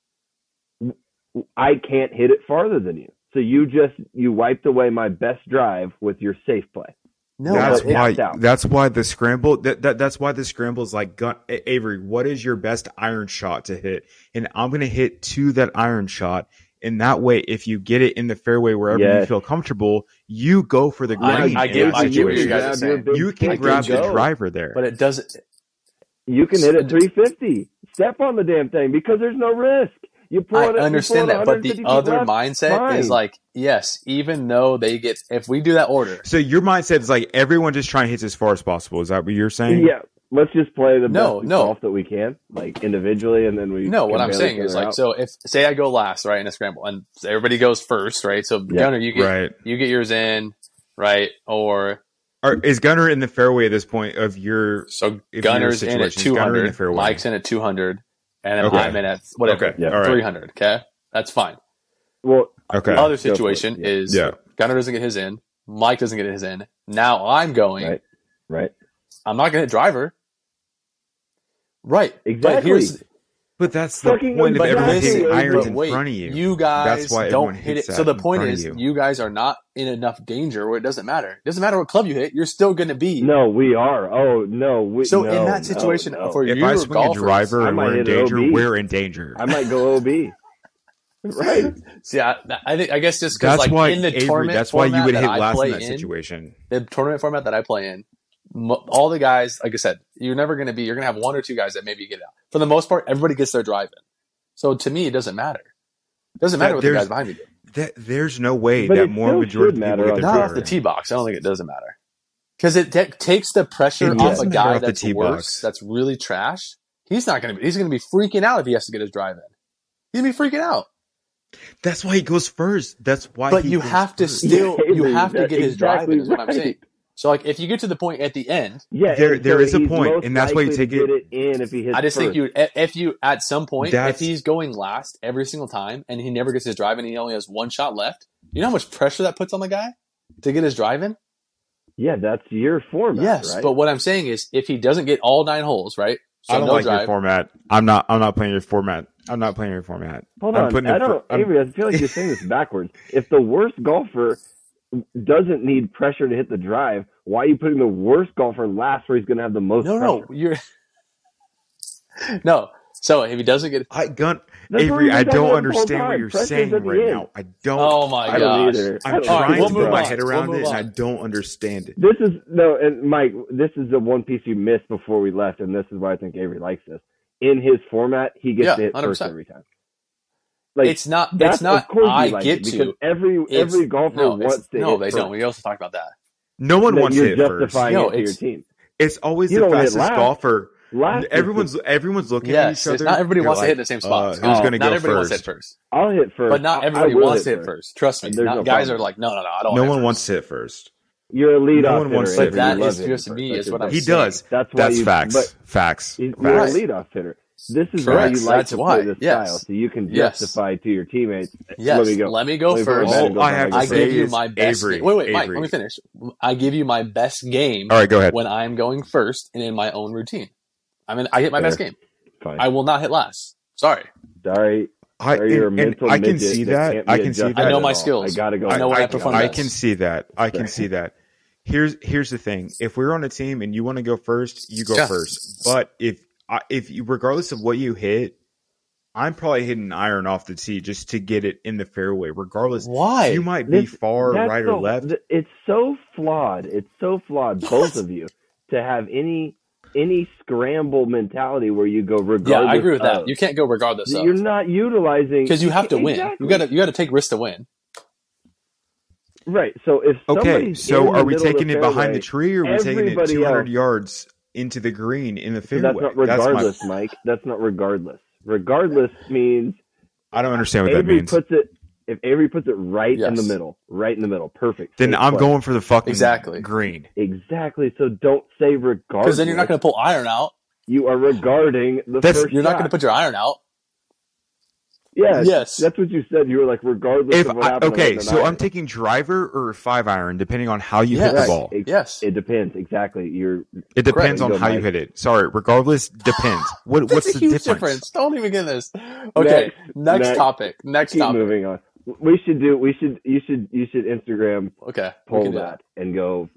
A: I can't hit it farther than you. So you just you wiped away my best drive with your safe play.
C: No,
B: that's
A: but it-
B: why.
A: out.
B: That's why the scramble. That, that that's why the scramble is like gun, A- Avery. What is your best iron shot to hit? And I'm gonna hit to that iron shot. And that way, if you get it in the fairway wherever you
A: Yes.
B: feel comfortable, you go for the
C: I-
B: green.
C: I
B: in that
C: get- I get what you
B: situation.
C: guys are saying.
A: big
B: You can
A: stick
B: grab
A: and
B: the
A: go.
B: driver there.
C: but it doesn't.
A: You can hit it 350. Step on the damn thing because there's no risk. You pull
C: I
A: it. you
C: understand
A: pull it
C: that, but the
A: 150 feet
C: other
A: left,
C: mindset is
A: fine.
C: like, yes, even though they get, if we do that order,
B: so your mindset is like everyone just trying to hit as far as possible. Is that what you're saying?
A: Yeah, let's just play the
C: No,
A: best
C: no.
A: golf that we can, like individually, and then we.
C: no, what
A: compare
C: I'm saying
A: each
C: is
A: other
C: like,
A: out.
C: so if say I go last, right, in a scramble, and everybody goes first, right, so
A: Yeah.
C: Gunner, you get
B: Right.
C: you get yours in, right, or
B: Or is Gunner in the fairway at this point of your?
C: so
B: If
C: Gunner's
B: your
C: in at
B: situation is Gunner in
C: 200,
B: the fairway.
C: Mike's in at 200, and then
B: Okay.
C: I'm in at whatever
B: Okay.
A: Yeah.
B: All right.
C: 300. Okay, that's fine.
A: well,
B: Okay.
C: Other
A: Go for it.
C: situation
A: Yeah.
C: is
B: Yeah.
C: Gunner doesn't get his in, Mike doesn't get his in. Now I'm going.
A: Right. right,
C: I'm not going to hit driver. Right. But
A: Exactly.
C: here's
B: But that's the
A: Fucking
B: point of
A: but
B: everyone
A: that's-
B: hitting
A: but
B: irons in
C: wait,
B: front of you.
C: guys
B: That's why
C: don't
B: everyone
C: hit it.
B: hits
C: So
B: that
C: the
B: in
C: point
B: front of
C: is, you.
B: you.
C: guys are not in enough danger where it doesn't matter. It doesn't matter what club you hit. You're still going to be.
A: no, we are. Oh no, we.
C: so
A: no,
C: in that
A: no,
C: situation,
A: no.
C: for
B: if
C: you
B: I swing
C: golfers,
B: a driver
A: I
B: and
A: might
B: we're in
A: hit an
B: danger,
A: OB.
B: we're in danger.
A: I might go OB.
C: [laughs]
A: right.
C: See, I, I think I guess just because
B: that's
C: like
B: why
C: in the
B: Avery,
C: tournament,
B: that's why you
C: format
B: would
C: that
B: hit
C: I
B: last
C: play
B: in that
C: in,
B: situation.
C: the tournament format that I play in, mo- all the guys, like I said, you're never going to be, you're going to have one or two guys that maybe get out. For the most part, everybody gets their drive in. So to me, it doesn't matter. It doesn't matter
B: That-
C: what the
B: there's-
C: guys behind me do.
B: That, there's no way
A: But
B: that
A: it
B: more
A: still
B: majority
A: should
B: of people
A: matter
B: get
A: on
B: their
C: Not off
B: driver.
C: the tee box. I don't think it doesn't matter. Because it ta- takes the pressure
B: It
C: off
B: doesn't
C: a
B: matter
C: guy
B: off the
C: that's
B: tee
C: worse,
B: box.
C: that's really trash. He's not going to be, he's going to be freaking out if he has to get his drive in. He's going to be freaking out.
B: That's why he goes first. That's why.
C: But
B: he
C: you
B: goes
C: have to
A: [laughs]
B: first.
C: still,
A: Yeah,
C: you
A: Avery,
C: have to
A: that's
C: get his drive
A: exactly
C: in, is what I'm
A: right.
C: saying. So like if you get to the point at the end,
A: Yeah,
B: There-
A: and
B: there
A: so
B: is a
A: he's
B: point,
A: most
B: and that's why you
A: likely to
B: take
A: get
B: it-
A: it in if he hits.
C: I just think
A: first.
C: you if if you at some point
B: That's-
C: if he's going last every single time and he never gets his drive in and he only has one shot left, you know how much pressure that puts on the guy to get his drive in?
A: Yeah, that's your format.
C: yes,
A: right?
C: but what I'm saying is if he doesn't get all nine holes, right? So
B: I don't
C: no
B: like your
C: drive.
B: format. I'm not. I'm not playing your format. I'm not playing your format.
A: Hold
B: I'm
A: on,
B: putting it
A: I don't,
B: for- I'm-
A: Avery. I feel like you're saying this backwards. If the worst golfer doesn't need pressure to hit the drive, why are you putting the worst golfer last where he's going to have the most?
C: No, no,
A: pressure?
C: you're [laughs] No. So if he doesn't get
B: I gun
A: That's what
B: Avery.
A: we've been talking
B: I
A: about
B: don't
A: the whole
B: understand what
A: time.
B: you're
A: Pressure's
B: saying
A: at the
B: right
A: end.
B: now. I don't.
C: Oh my
A: I
B: I-
A: don't
C: gosh.
A: either. I
B: I'm
A: don't
C: All right,
B: trying
A: either.
C: we'll
B: to
C: move
B: put my
C: on.
B: head
C: We'll
B: around
C: move
B: it, and
C: on.
B: I don't understand it.
A: This is no, and Mike, this is the one piece you missed before we left, and this is why I think Avery likes this. In his format, he gets
C: Yeah,
A: to hit first
C: 100%.
A: every time. Like
C: it's not
A: that's
C: it's not
A: of course
C: I
A: you like
C: get
A: it,
C: to
A: because every
C: It's-
A: every golfer
C: no, it's-
A: wants to.
C: no,
A: hit
C: they
A: first.
C: don't. We also talked about that.
B: No one
A: Then
B: wants to
A: you're
B: hit first.
A: justifying
C: No,
A: it to your
C: it's-
A: team.
B: It's always
A: You
B: the
A: don't hit
B: fastest
A: last.
B: golfer.
A: Last is the
B: Everyone's everyone's looking
C: Yes,
B: at
C: it's
B: each other.
C: not everybody
B: They're
C: wants to
B: like,
C: hit in the same spot.
B: Uh, who's
A: Oh,
B: going to
C: not
B: go
C: everybody wants to hit
B: first?
C: first.
A: I'll hit first.
C: But not
A: I- I
C: everybody
A: will
C: wants
A: hit
C: to hit first. Trust me.
A: There's
C: Not-
A: no
C: guys
A: problem.
C: are like, no, no, no, I don't
B: No
C: hit
B: one
C: first.
B: wants to hit first.
A: You're a lead
B: No
A: off
B: one wants
A: hitter.
B: to-
A: Avery.
C: But that
A: You love
C: is
A: hitting
C: just
A: first.
C: me,
A: That's
C: is
A: your
C: what I'm
A: thing.
B: He
C: saying.
B: does.
A: That's why
B: That's
A: you,
B: facts.
A: But
B: facts.
A: he's not
B: Facts.
A: a leadoff hitter. This is why
B: Correct.
A: you like
C: That's
A: to
C: why.
A: play this
C: Yes.
A: style, so you can
C: Yes.
A: justify to your teammates.
C: Yes,
A: Let me go. Let me go
C: first.
A: back and go
B: All I
A: back
B: have
A: and
B: to
C: I
A: go.
B: say
C: give you
B: is
C: my best.
B: Avery,
C: Wait, wait, Mike.
B: Avery.
C: Let me finish. I give you my best game
B: All right, go ahead.
C: when I'm going first and in my own routine. I mean, I hit my
A: Fair.
C: best game.
A: Fine.
C: I will not hit last. Sorry,
A: Sorry,
B: I,
A: Sorry, you're a
B: and, and
A: mental
B: I can
A: midget
B: see
A: can't
B: that.
A: be
B: I can see
A: adjusted
B: that.
C: I know
A: at
C: my
A: all.
C: skills.
A: I gotta go.
C: I
A: back
C: know what I
A: and go
C: perform
A: back.
B: I
C: best.
B: can see that. I can
A: Sorry.
B: see that. Here's here's the thing. If we're on a team and you want to go first, you go
C: Yeah.
B: first. But if I if you, regardless of what you hit, I'm probably hitting an iron off the tee just to get it in the fairway. Regardless,
C: why?
B: you might be
A: This-
B: far
A: That's
B: right or
A: so-
B: left.
A: th- It's so flawed. It's so
C: [laughs]
A: flawed, both of you, to have any any scramble mentality where you go regardless.
C: yeah, I agree with that.
A: of.
C: You can't go regardless of
A: You're not utilizing
C: because you have
A: [laughs]
C: to win.
A: Exactly.
C: You got to you got to take risks to win.
A: right. So if
B: Okay,
A: somebody's in
B: so
A: the
B: are we
A: middle of
B: taking
A: the
B: it behind
A: fairway-
B: the tree, or are we taking it
A: everybody
B: 200
A: else-
B: yards into the green in the
A: So that's not
B: fairway? That's my-
A: regardless, Mike. That's not regardless. Regardless means
B: I don't understand what that
A: Avery
B: means.
A: puts it. If Avery puts it right in the
C: Yes.
A: middle, right in the middle, perfect.
B: then
A: Safe
B: I'm
A: play.
B: going for the fucking
C: Exactly.
B: green.
A: exactly. So don't say regardless.
C: Because then you're not going to pull iron out.
A: You are regarding the
B: That's-
A: first.
C: You're not going to
A: shot.
C: put your iron out.
A: Yes,
C: Yes.
A: That's what you said. You were like, regardless
B: If
A: of what
B: I,
A: happens.
B: okay, so I'm taking driver or five iron depending on how you hit
C: Yes.
B: the ball.
A: It,
C: Yes.
A: it depends exactly. You're
B: It depends on
A: Go,
B: how you
A: Mike.
B: hit it. Sorry,
C: [gasps]
B: regardless depends. What
C: That's
B: what's
C: a
B: the
C: huge
B: difference?
C: Don't even get this. Okay, next,
A: next.
C: topic. Next
A: keep
C: topic.
A: moving on. We should do. We should. You should. You should Instagram
C: Okay, we
A: poll
C: can do
A: that and go.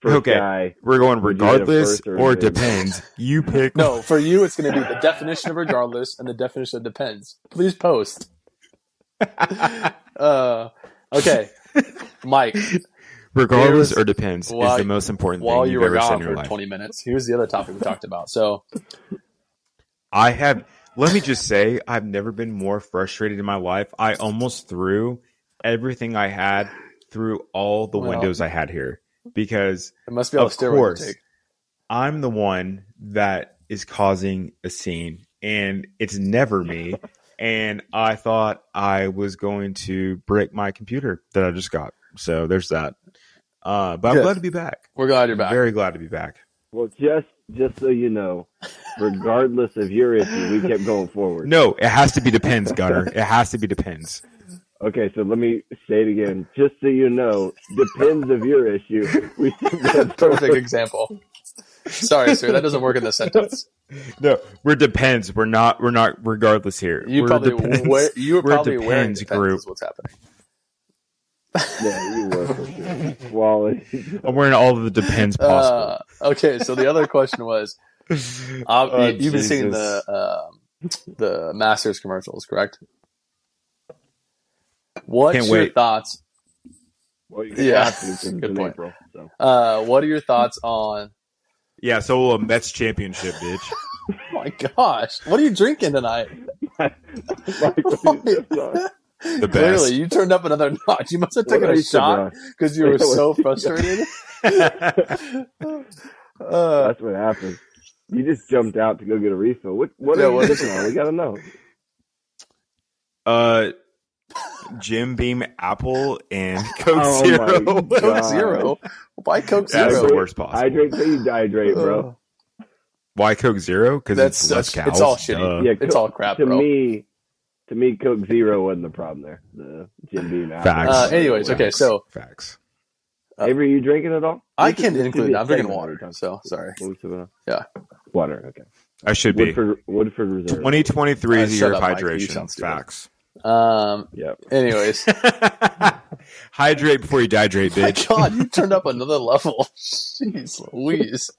A: First
B: Okay.
A: guy.
B: We're going
A: Would you hit it
B: regardless
A: first or
B: or
A: would you-
B: depends.
C: [laughs]
B: You pick.
C: No, for you, it's going to be the definition of regardless and the definition of depends. Please post. uh,
B: [laughs]
C: okay, Mike.
B: [laughs] regardless
C: Here's-
B: or depends
C: while-
B: is the most important
C: While
B: thing
C: you
B: you've
C: were
B: ever said in
C: gone
B: your
C: for
B: life.
C: 20 minutes, here's the other topic we talked about. So
B: I have. Let me just say, I've never been more frustrated in my life. I almost threw everything I had through all the
C: Well.
B: windows I had here because
C: it must be all
B: Of
C: the steroid
B: course.
C: intake.
B: I'm the one that is causing a scene, and it's never me. and I thought I was going to break my computer that I just got. So there's that. Uh, but I'm
C: Good.
B: glad to be back.
C: We're glad you're back.
B: Very glad to be back.
A: Well, just just so you know, regardless of your issue, we kept going forward.
B: No, it has to be depends, Gunner. It has to be depends.
A: Okay, so let me say it again. Just so you know, depends of your issue. We kept
B: [laughs]
A: going
C: Perfect
A: forward.
C: example. Sorry, sir. That doesn't work in this sentence.
B: No, we're depends. We're not. We're not. Regardless here,
C: You
B: we're
C: probably
B: depends.
C: wear, you were
B: We're
C: probably wearing
B: depends
C: depends
B: group.
C: is what's happening.
A: Yeah, you were for sure. Quality.
B: [laughs] I'm wearing all of the depends possible.
C: Uh, okay, so the other question was Uh,
B: Oh,
C: you, you've been seeing
B: Jesus.
C: the um the Masters commercials, correct? What's
B: Can't
C: your
B: wait.
C: thoughts?
A: Well, you
C: Yeah.
A: have to, 'cause
C: Good
A: it's in
C: point.
A: April,
C: [laughs]
A: so.
C: Uh, what are your thoughts on?
B: yeah, so we'll a Mets championship, bitch.
C: Oh my gosh, what are you drinking tonight?
A: [laughs] Mike, what is this song?
B: The best.
C: Clearly, you turned up another [laughs] notch. You must have
A: What
C: taken
A: are
C: a
A: you
C: shot
A: doing?
C: because you were
A: [laughs] What
C: so
A: are you [laughs]
C: frustrated. [laughs] uh,
A: That's what happened. You just jumped out to go get a refill. What? What?
C: Yeah,
A: are you
C: what is
A: drinking
C: it?
A: on? We gotta
C: [laughs]
A: know.
B: Uh, Jim Beam Apple
C: [laughs]
B: and
A: Oh
B: Coke
A: my
B: Zero. [laughs]
A: God.
C: Coke Zero. Why Coke
B: That's
C: Zero?
B: the worst possible.
A: I drink till you dehydrate, bro.
B: Why Coke Zero? Because
C: That's
B: it's less
C: such-
B: cows.
C: it's all shitty.
B: Duh.
A: yeah,
C: Uh, It's
A: Coke-
C: all crap,
A: to
C: bro.
A: me, to me, Coke Zero wasn't the problem there. The Jim Beam. apple.
B: Facts.
C: Uh, anyways, okay,
B: Facts.
C: so-
B: facts.
A: Avery, you drinking at all?
C: I
A: This is-
C: can
A: this should be
C: include.
A: a
C: I'm drinking
A: segment
C: water.
A: every time.
C: So sorry.
A: What was it?
C: Yeah.
A: Water. Okay.
B: I should be.
A: Woodford, Woodford Reserve.
B: 2023 is
C: Uh,
B: the
C: shut
B: year of
C: up, Mike. You sound
B: hydration.
C: stupid.
B: Facts.
C: Um.
A: Yep.
C: Anyways,
B: [laughs] Hydrate before you dehydrate,
C: My
B: bitch. [laughs]
C: God, you turned up another level. [laughs] Jeez Louise.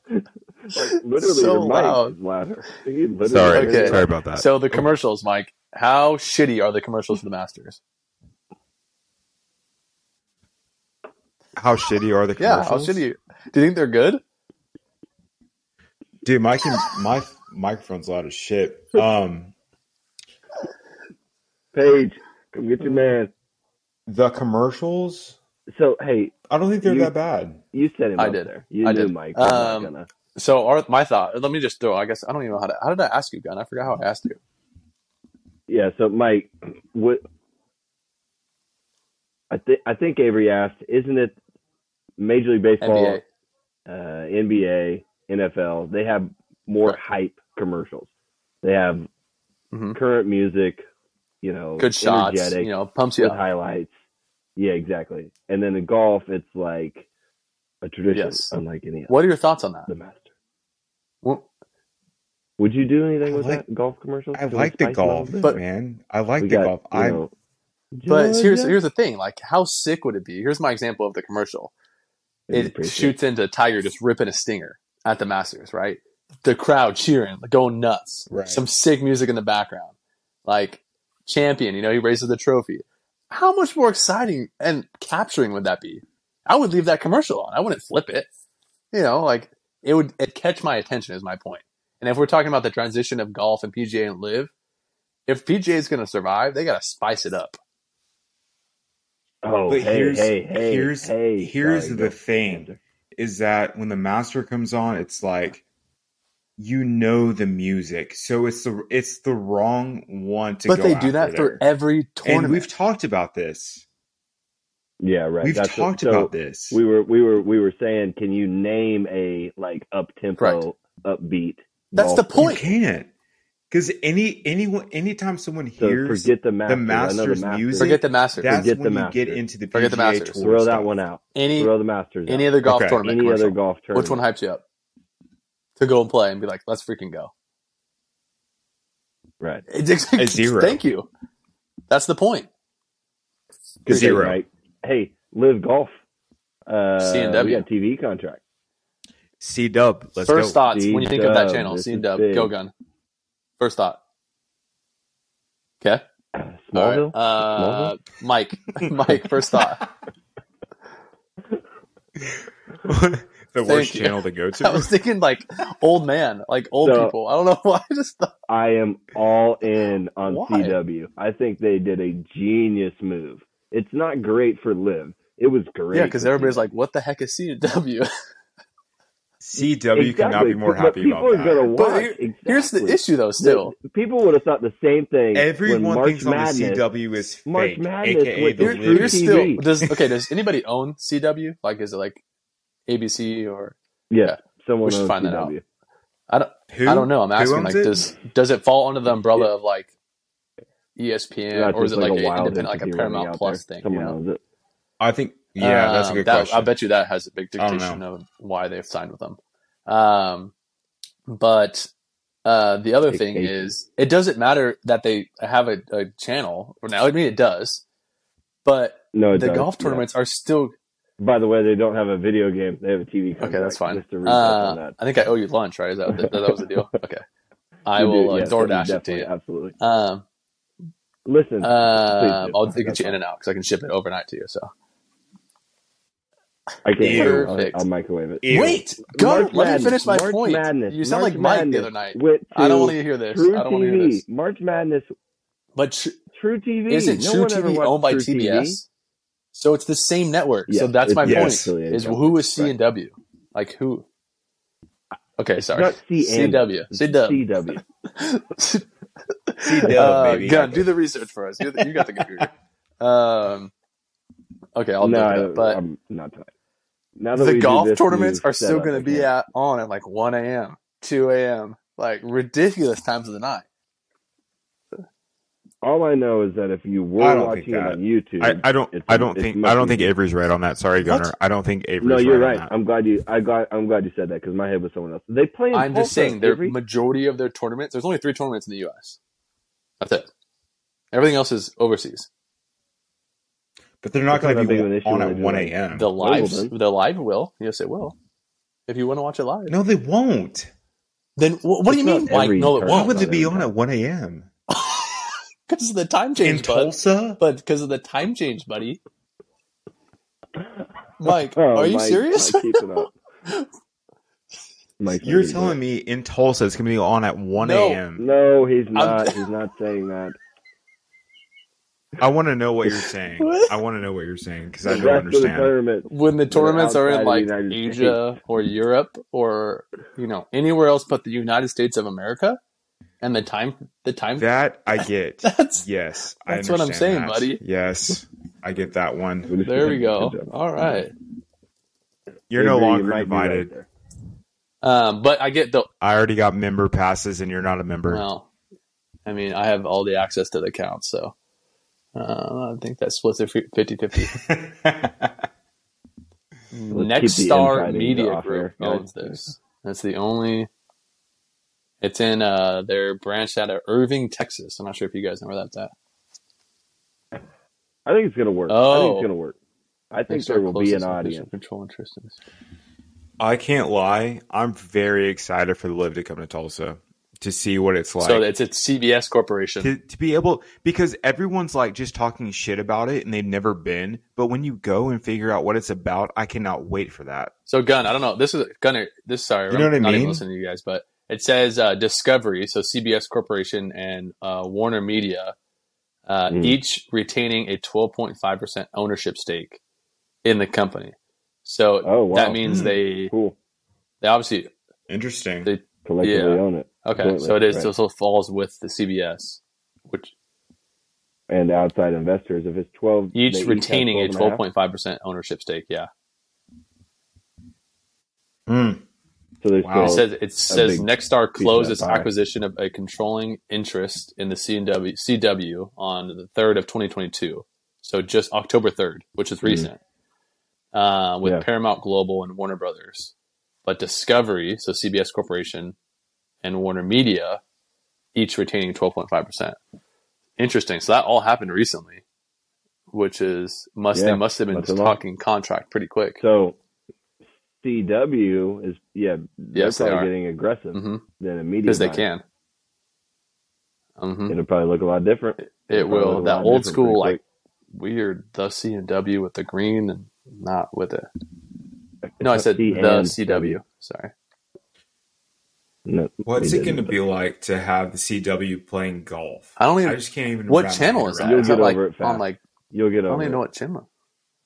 A: Literally,
C: So
A: your mic
C: loud.
A: is louder. You literally-
B: Sorry,
C: Okay.
B: sorry about that.
C: So the commercials, Mike, how shitty are the commercials for the Masters?
B: How shitty are the
C: [laughs] Yeah,
B: commercials?
C: how shitty. Do you think they're good?
B: Dude, my can, my microphone's loud as shit. Um,
A: Paige, come get your man.
B: the commercials,
A: So hey,
B: I don't think they're
A: You-
B: that bad.
A: you set him
C: I
A: up
C: did.
A: there. You
C: I
A: knew
C: did.
A: Mike. was not
C: Um,
A: gonna-
C: So are my thought. Let me just throw. I guess I don't even know how to. How did I ask you, Gun? I forgot how I asked you.
A: Yeah. So Mike, what? I think I think Avery asked, isn't it Major League Baseball,
C: NBA.
A: uh, NBA, NFL? They have more
C: Right.
A: hype commercials. They have
C: Mhm.
A: current music. You know,
C: Good shots.
A: energetic,
C: You know, pumps you
A: with
C: up.
A: highlights. Yeah, exactly. And then in golf, it's like a tradition,
C: Yes.
A: unlike any other.
C: What are your thoughts on that?
A: The master.
C: Well,
A: Would you do anything
B: I
A: with
B: like-
A: that golf commercial?
B: I like the golf,
C: But-
B: man. I like the golf.
A: I.
B: I
C: But here's here's the thing. Like, how sick would it be? Here's my example of the commercial. it shoots into Tiger just ripping a stinger at the Masters, right? The crowd cheering, going nuts.
B: Right.
C: Some sick music in the background. Like champion, you know, he raises the trophy. How much more exciting and capturing would that be? I would leave that commercial on. I wouldn't flip it. You know, like it would it catch my attention is my point. And if we're talking about the transition of golf and PGA and live, if PGA is going to survive, they got to spice it up.
A: Oh,
B: But
A: hey,
B: here's-
A: hey, hey,
B: here's-
A: hey,
B: here's
A: sorry,
B: the
A: go.
B: thing. is that when the master comes on, it's like you know the music, so it's the it's the wrong one to.
C: But
B: go
C: they do
B: after
C: that for
B: there.
C: every
B: And we've
C: tournament.
B: talked about this.
A: Yeah, right.
B: We've
A: That's it.
B: talked
A: So
B: about this.
A: We were we were we were saying, can you name a like up tempo, upbeat?
C: That's the
A: golf-
B: you
C: point.
B: can't because any anyone anytime someone
A: So
B: hears
A: forget the masters. I know
B: Masters
A: the masters.
B: music.
C: Forget the Masters.
B: that's
A: forget
B: when
A: the
B: you get
A: Masters.
B: into the PGA
C: Forget the Masters.
B: Tour.
A: Throw
B: stuff.
A: that one out.
C: any
A: Throw the masters.
C: any
A: out.
C: other golf
B: Okay.
C: tournament.
A: any other
C: commercial.
A: golf tournament.
C: Which one hypes you up to go and play and be like, let's freaking go? [laughs]
A: Right.
B: A zero.
C: Thank you. That's the point.
A: Appreciate it,
B: Zero.
A: Mike. Hey, live golf. Uh,
C: C&W.
A: We got TV contract. [clears throat]
B: C Dub. Let's
C: First
B: go.
C: thoughts when you think of that
A: C-Dub,
C: channel,
A: this
C: C
A: is
C: and Dub,
A: big.
C: Go Gun. First thought. Okay. All right.
A: Smallville.
C: Uh, Mike.
A: [laughs]
C: [laughs] Mike, first thought.
B: [laughs] the
C: Thank
B: worst
C: you.
B: channel to
C: [laughs]
B: go to.
C: I was thinking like old man, like old
A: So-
C: people. I don't know [laughs] why. I just thought.
A: I am all in on
C: Why?
A: CW. I think they did a genius move. It's not great for live. It was great.
C: Yeah, because
A: for
C: everybody's
A: CW.
C: like, what the heck is CW?
B: CW could not
A: Exactly.
B: be more
A: But
B: happy
A: people
B: about
A: are gonna
B: that.
A: watch.
C: But here- [laughs] Here's the
A: Exactly.
C: issue though, still.
A: The- people would have thought the same thing. when
B: Everyone
A: March
B: thinks
A: Madness,
B: on the CW is fake,
A: March Madness
B: aka
A: with
B: the
A: your-
C: You're,
A: Blue
C: you're
B: losers.
A: TV.
C: still does okay. Does anybody own CW? Like, is it like ABC or
A: Yeah,
C: Yeah.
A: someone
C: We should
A: owns
C: find that
A: CW.
B: Who?
C: I don't know. I'm
B: Who
C: asking
B: owns
C: like
B: it?
C: does does it fall under the umbrella of like E ESPN
A: Not
C: or is it
A: just
C: like,
A: like
C: a
A: a wild
C: independent like a
A: entity running
C: Paramount
A: out
C: Plus
A: there.
C: thing?
A: Someone
C: you know?
A: owns it.
B: I think. Yeah, that's a
C: Um,
B: good
C: that-
B: question.
C: I bet you that has a big
B: I don't
C: dictation of why they've signed with them. Um, but uh, the other thing
A: Dictation.
C: is, it doesn't matter that they have a, a channel. Or now, I mean, it does, but
A: No, it
C: the
A: does,
C: golf
A: yeah.
C: tournaments are still
A: By the way, they don't have a video game; they have a TV.
C: Okay,
A: contract,
C: that's fine.
A: Just to recap on
C: Uh,
A: that,
C: I think I owe you lunch, right? Is that, that, that was
A: [laughs]
C: the deal? Okay. I
A: You
C: will
A: do,
C: uh,
A: yes,
C: DoorDash it to
A: definitely,
C: you.
A: Absolutely.
C: Um,
A: Listen, do.
C: um, I'll get
A: That's
C: you in and out because I can ship it overnight to you. So
A: I can't.
B: Ew.
A: Wait. I'll,
C: Perfect.
A: I'll microwave it.
B: Ew.
C: wait, go.
A: March
C: let me finish my
A: Madness,
C: point.
A: March Madness,
C: you sound
A: March
C: like Mike the
A: Madness
C: other night.
A: Went to
C: I don't want to hear this.
A: True
C: I don't want to hear
A: TV.
C: this.
A: March Madness.
C: But tr-
A: True TV.
C: isn't
A: no
C: True
A: one ever
C: TV
A: watched
C: owned by
A: True
C: TBS?
A: TV.
C: So it's the same network.
A: Yeah,
C: so that's
A: it's
C: my
A: the
C: point.
A: affiliated
C: Is
A: company,
C: who is C
A: right.
C: and W? Like who? Okay, sorry.
A: Not C and
C: CW.
A: [laughs]
C: CW.
A: CW.
B: C-Dub,
C: Uh,
B: baby.
C: Gun, do the research for us. You're the, you got the computer. [laughs] Um, okay, I'll
A: no,
C: look
A: I,
C: it up. But
A: am not tonight. Now that we
C: the
A: do
C: golf
A: this
C: tournaments
A: new
C: are still
A: setup,
C: going
A: I
C: to be
A: can't-
C: at, on at like 1 a.m., 2 a.m., like ridiculous times of the night.
A: All I know is that if you
B: I
A: were
B: don't
A: watching
B: think
A: it
B: that-
A: on YouTube,
B: I, I don't.
A: It's-
B: I don't
A: it's
B: think.
A: much
B: I don't think
A: easier.
B: Avery's right on that. Sorry, Gunner.
C: What?
B: I don't think Avery's
A: no, you're right.
B: on that.
A: I'm glad you. I got. I'm glad you said that because my head was someone else. They play. In
C: I'm just
A: Tulsa
C: saying, their
A: every-
C: majority of their tournaments, there's only three tournaments in the U.S. That's it. Everything else is overseas.
B: But they're not
A: It's not
B: going
A: that
B: to
A: big of an
B: be
A: issue
B: on
A: when
B: at
A: they do
B: one
A: that.
B: a.m.
C: The live,
A: then.
C: the live will. Yes, it will. If you want to watch it live,
B: No, they won't.
C: then wh- what do
A: It's
C: you
A: not
C: mean, Mike?
A: every
C: No, it
A: tournament.
B: Why
A: Well,
C: won't.
B: would
C: [laughs]
A: not
B: they be
A: every
B: on
A: time.
B: at one a.m.
C: Because of the time
B: in
C: change, bud.
B: Tulsa?
C: but because of the time change, buddy. Mike,
A: [laughs] [laughs] Oh,
C: are you
A: Mike,
C: serious?
A: Mike, keep it up. Mike's not
B: You're
A: gonna do
B: telling me in Tulsa it's going to be on at one
C: No.
A: it.
B: a.m.
A: No, he's not. he's not saying that.
B: I want to know what you're
A: [laughs]
B: saying.
C: What?
B: I want to know what you're saying because
A: The
B: I
A: rest
B: don't
A: of the
B: understand.
A: tournament.
C: [laughs] when the tournaments are in
A: outside
C: like
A: of the United
C: Asia or Europe or you know anywhere else but the United States of America, and the time the time
B: That I get.
C: [laughs] that's
B: Yes, I
C: That's what I'm
B: understand
C: saying,
B: that.
C: buddy.
B: Yes, I get that [laughs] one.
C: there
A: [laughs]
C: we go. All right,
B: You're no
A: Avery, you
B: longer
A: might be right
B: divided.
A: there.
C: um, but I get the
B: I already got member passes, and you're not a member.
C: well. I mean, I have all the access to the account, so uh, I think that splits it 50-50. Next
A: keep the
C: Star
A: infighting
C: Media
A: off
C: Group
A: air.
C: owns this. That's the only. It's in uh, their branch out of Irving, Texas. I'm not sure if you guys know where that's at.
A: I think it's gonna work. I think
C: Oh.
A: it's gonna work. I think
C: Next
A: there
C: Star
A: will be an
C: closest official
A: audience.
C: Control and Tristan's.
B: [laughs] I can't lie. I'm very excited for the live to come to Tulsa to see what it's like.
C: so it's a CBS corporation.
B: to, to be able because everyone's like just talking shit about it and they've never been but when you go and figure out what it's about i cannot wait for that
C: so Gun, I don't know. This is Gunner. This sorry,
B: You know
C: I'm
B: what I
C: not even
B: mean?
C: listening to you guys, but it says uh, Discovery. So CBS Corporation and uh, Warner Media, uh,
A: Mm.
C: each retaining a 12.5 percent ownership stake in the company. So
A: Oh wow.
C: that means
B: Mm.
C: they
A: cool.
C: they obviously
B: interesting
C: They-
A: collectively
C: Yeah.
A: own it.
C: Okay,
A: Jointly,
C: so it is.
A: right.
C: So, so it falls with the CBS, which
A: And outside investors, if it's 12,
C: each
A: they have
C: retaining a
A: 12 and half.
C: 12.5 percent ownership stake. Yeah,
B: Hmm.
E: Mm.
A: So there's
E: Wow.
C: it
A: still-
C: says it says
A: big
C: Nexstar
A: that
C: closed its
A: pie.
C: acquisition of a controlling interest in the CW CW on the third of 2022. So just October 3rd, which is recent, uh, with
A: Mm-hmm. Yeah.
C: Paramount Global and Warner Brothers. But Discovery, so CBS Corporation, and Warner Media, each retaining 12.5 percent. Interesting. So that all happened recently, which is must
A: Yeah,
C: they must have been
A: not
C: just
A: too long.
C: talking contract pretty quick.
A: so CW is, yeah, they're
C: Yes, they
A: probably
C: are.
A: getting aggressive
C: hmm
A: then immediately.
C: because they can. Mm-hmm. hmm
A: It'll probably look a lot different.
C: It
A: Probably
C: will
A: look a
C: that
A: lot
C: old
A: different
C: school
A: pretty
C: like weird the C and W with the green and not with it. No, I said
A: C
C: the
A: and
C: CW. Sorry,
A: No,
B: What's
A: they
B: it going to
A: didn't.
B: be like to have the CW playing golf?
C: I don't even.
B: I just can't even.
C: what
B: wrap my
C: channel
B: head
C: is
B: around
C: that?
A: You'll
C: Is
A: get
C: that like
A: over it
C: on
A: fast.
C: like
A: You'll get
C: I don't
A: over
C: even
A: it.
C: know what channel.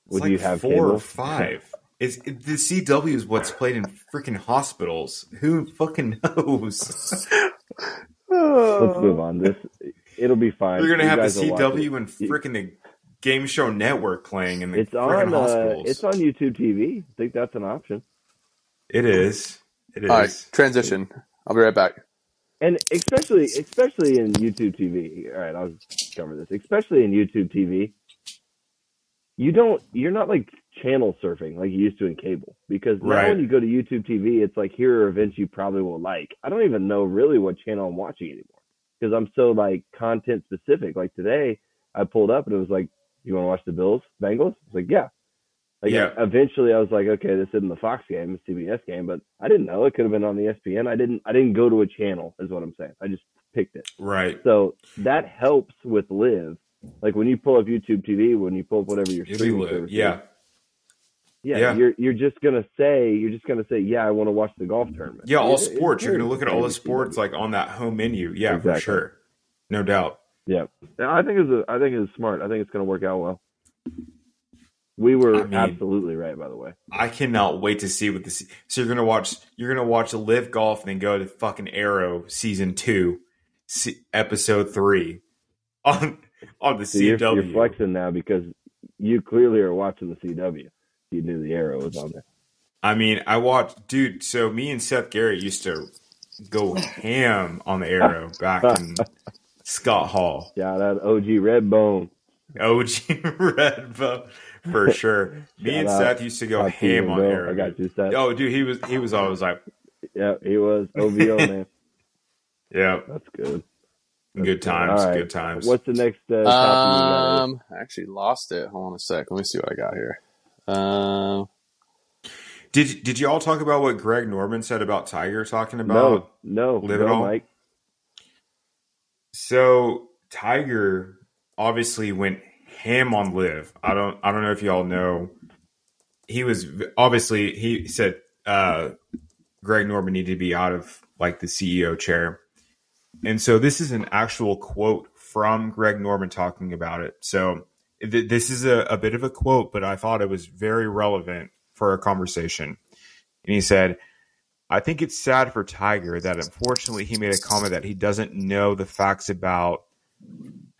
B: It's
A: Would
B: like
A: you have
B: four
A: cable?
B: or five? It's it, the CW is what's played in freaking hospitals. Who fucking knows?
A: Let's move on. This it'll be fine.
B: You're gonna
A: You
B: have the
A: guys will watch it.
B: CW and freaking the game show network playing in the
A: It's
B: freaking
A: on. Uh,
B: hospitals.
A: it's on YouTube TV. I think that's an option.
B: It is. It is.
C: All right, transition. I'll be right back.
A: And especially, especially in YouTube TV. All right, I'll cover this. Especially in YouTube TV, you don't. You're not like channel surfing like you used to in cable because now
B: Right.
A: when you go to YouTube TV, it's like here are events you probably will like. I don't even know really what channel I'm watching anymore because I'm so like content specific. Like today, I pulled up and it was like, "You want to watch the Bills Bengals?" It's like, "Yeah." Like
B: Yeah.
A: eventually, I was like, "Okay, this isn't the Fox game, it's CBS game," but I didn't know it could have been on E ESPN. I didn't. I didn't go to a channel, is what I'm saying. I just picked it.
B: Right.
A: So that helps with live. Like when you pull up YouTube TV, when you pull up whatever your
B: It'll be
A: streaming
B: lit.
A: service is,
B: Yeah.
A: yeah,
B: Yeah.
A: You're you're just gonna say you're just gonna say, yeah, I want to watch the golf tournament.
B: Yeah. All
A: It- it's
B: sports. You're
A: very
B: gonna look at all the
A: interesting.
B: sports like on that home menu. Yeah, for
A: Exactly.
B: sure. No doubt.
A: Yeah, Yeah, I think it's a, I think it's smart. I think it's gonna work out well. We were
B: I mean-
A: absolutely right, by the way.
B: I cannot wait to see what this. So you're gonna watch. You're gonna watch live golf and then go to fucking Arrow season two, se- episode three, [laughs] on on the
A: So you're,
B: CW.
A: you're flexing now because you clearly are watching the CW. You knew the arrow was on there.
B: I mean, I watched, dude. So me and Seth Garrett used to go ham on the Arrow back
A: [laughs]
B: in Scott Hall.
A: Shout out OG Redbone.
B: OG Redbone for sure. Me
A: Shout
B: and
A: out.
B: Seth used to go
A: I see
B: ham
A: you,
B: on
A: bro.
B: Arrow.
A: I got you, Seth.
B: Oh, dude, he was he was always like,
A: Yeah, he was
B: [laughs]
A: OVO man.
B: yeah,
A: That's good.
B: good times,
A: All right.
B: good times.
A: What's the next uh, topic?
C: Um, I actually lost it. Hold on a sec. Let me see what I got here. Um,
B: Did did you all talk about what Greg Norman said about Tiger talking
A: you got?
B: about?
A: no, no,
B: Live It
A: no,
B: All?
A: Mike.
B: So Tiger obviously went ham on live. I don't I don't know if y'all know. He was obviously he said uh Greg Norman needed to be out of like the CEO chair. And so this is an actual quote from Greg Norman talking about it. So th- this is a, a bit of a quote, but I thought it was very relevant for our conversation. And he said, I think it's sad for Tiger that unfortunately he made a comment that he doesn't know the facts about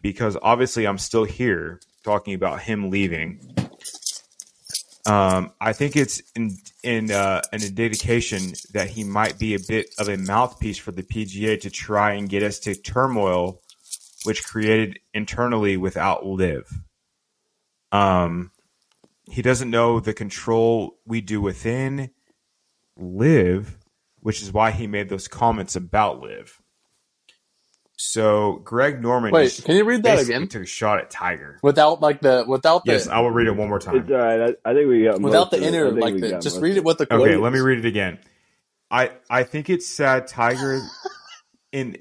B: because obviously I'm still here talking about him leaving. Um, I think it's in, in uh, an indication that he might be a bit of a mouthpiece for the PGA to try and get us to turmoil, which created internally without live. Um, he doesn't know the control we do within live, which is why he made those comments about live. So Greg Norman
C: wait,
B: just
C: can you read that
B: basically
C: again?
B: took a shot at Tiger.
C: Without like the without the
B: Yes, I will read it one more time.
A: It's uh, all right. I, I think we got most
C: without the
A: of it.
C: inner
A: I think
C: like
A: we
C: the,
A: got
C: just
A: most
C: read
A: of
C: it with the quote.
B: Okay, let me read it again. I I think it's sad,
C: [laughs]
B: Tiger. In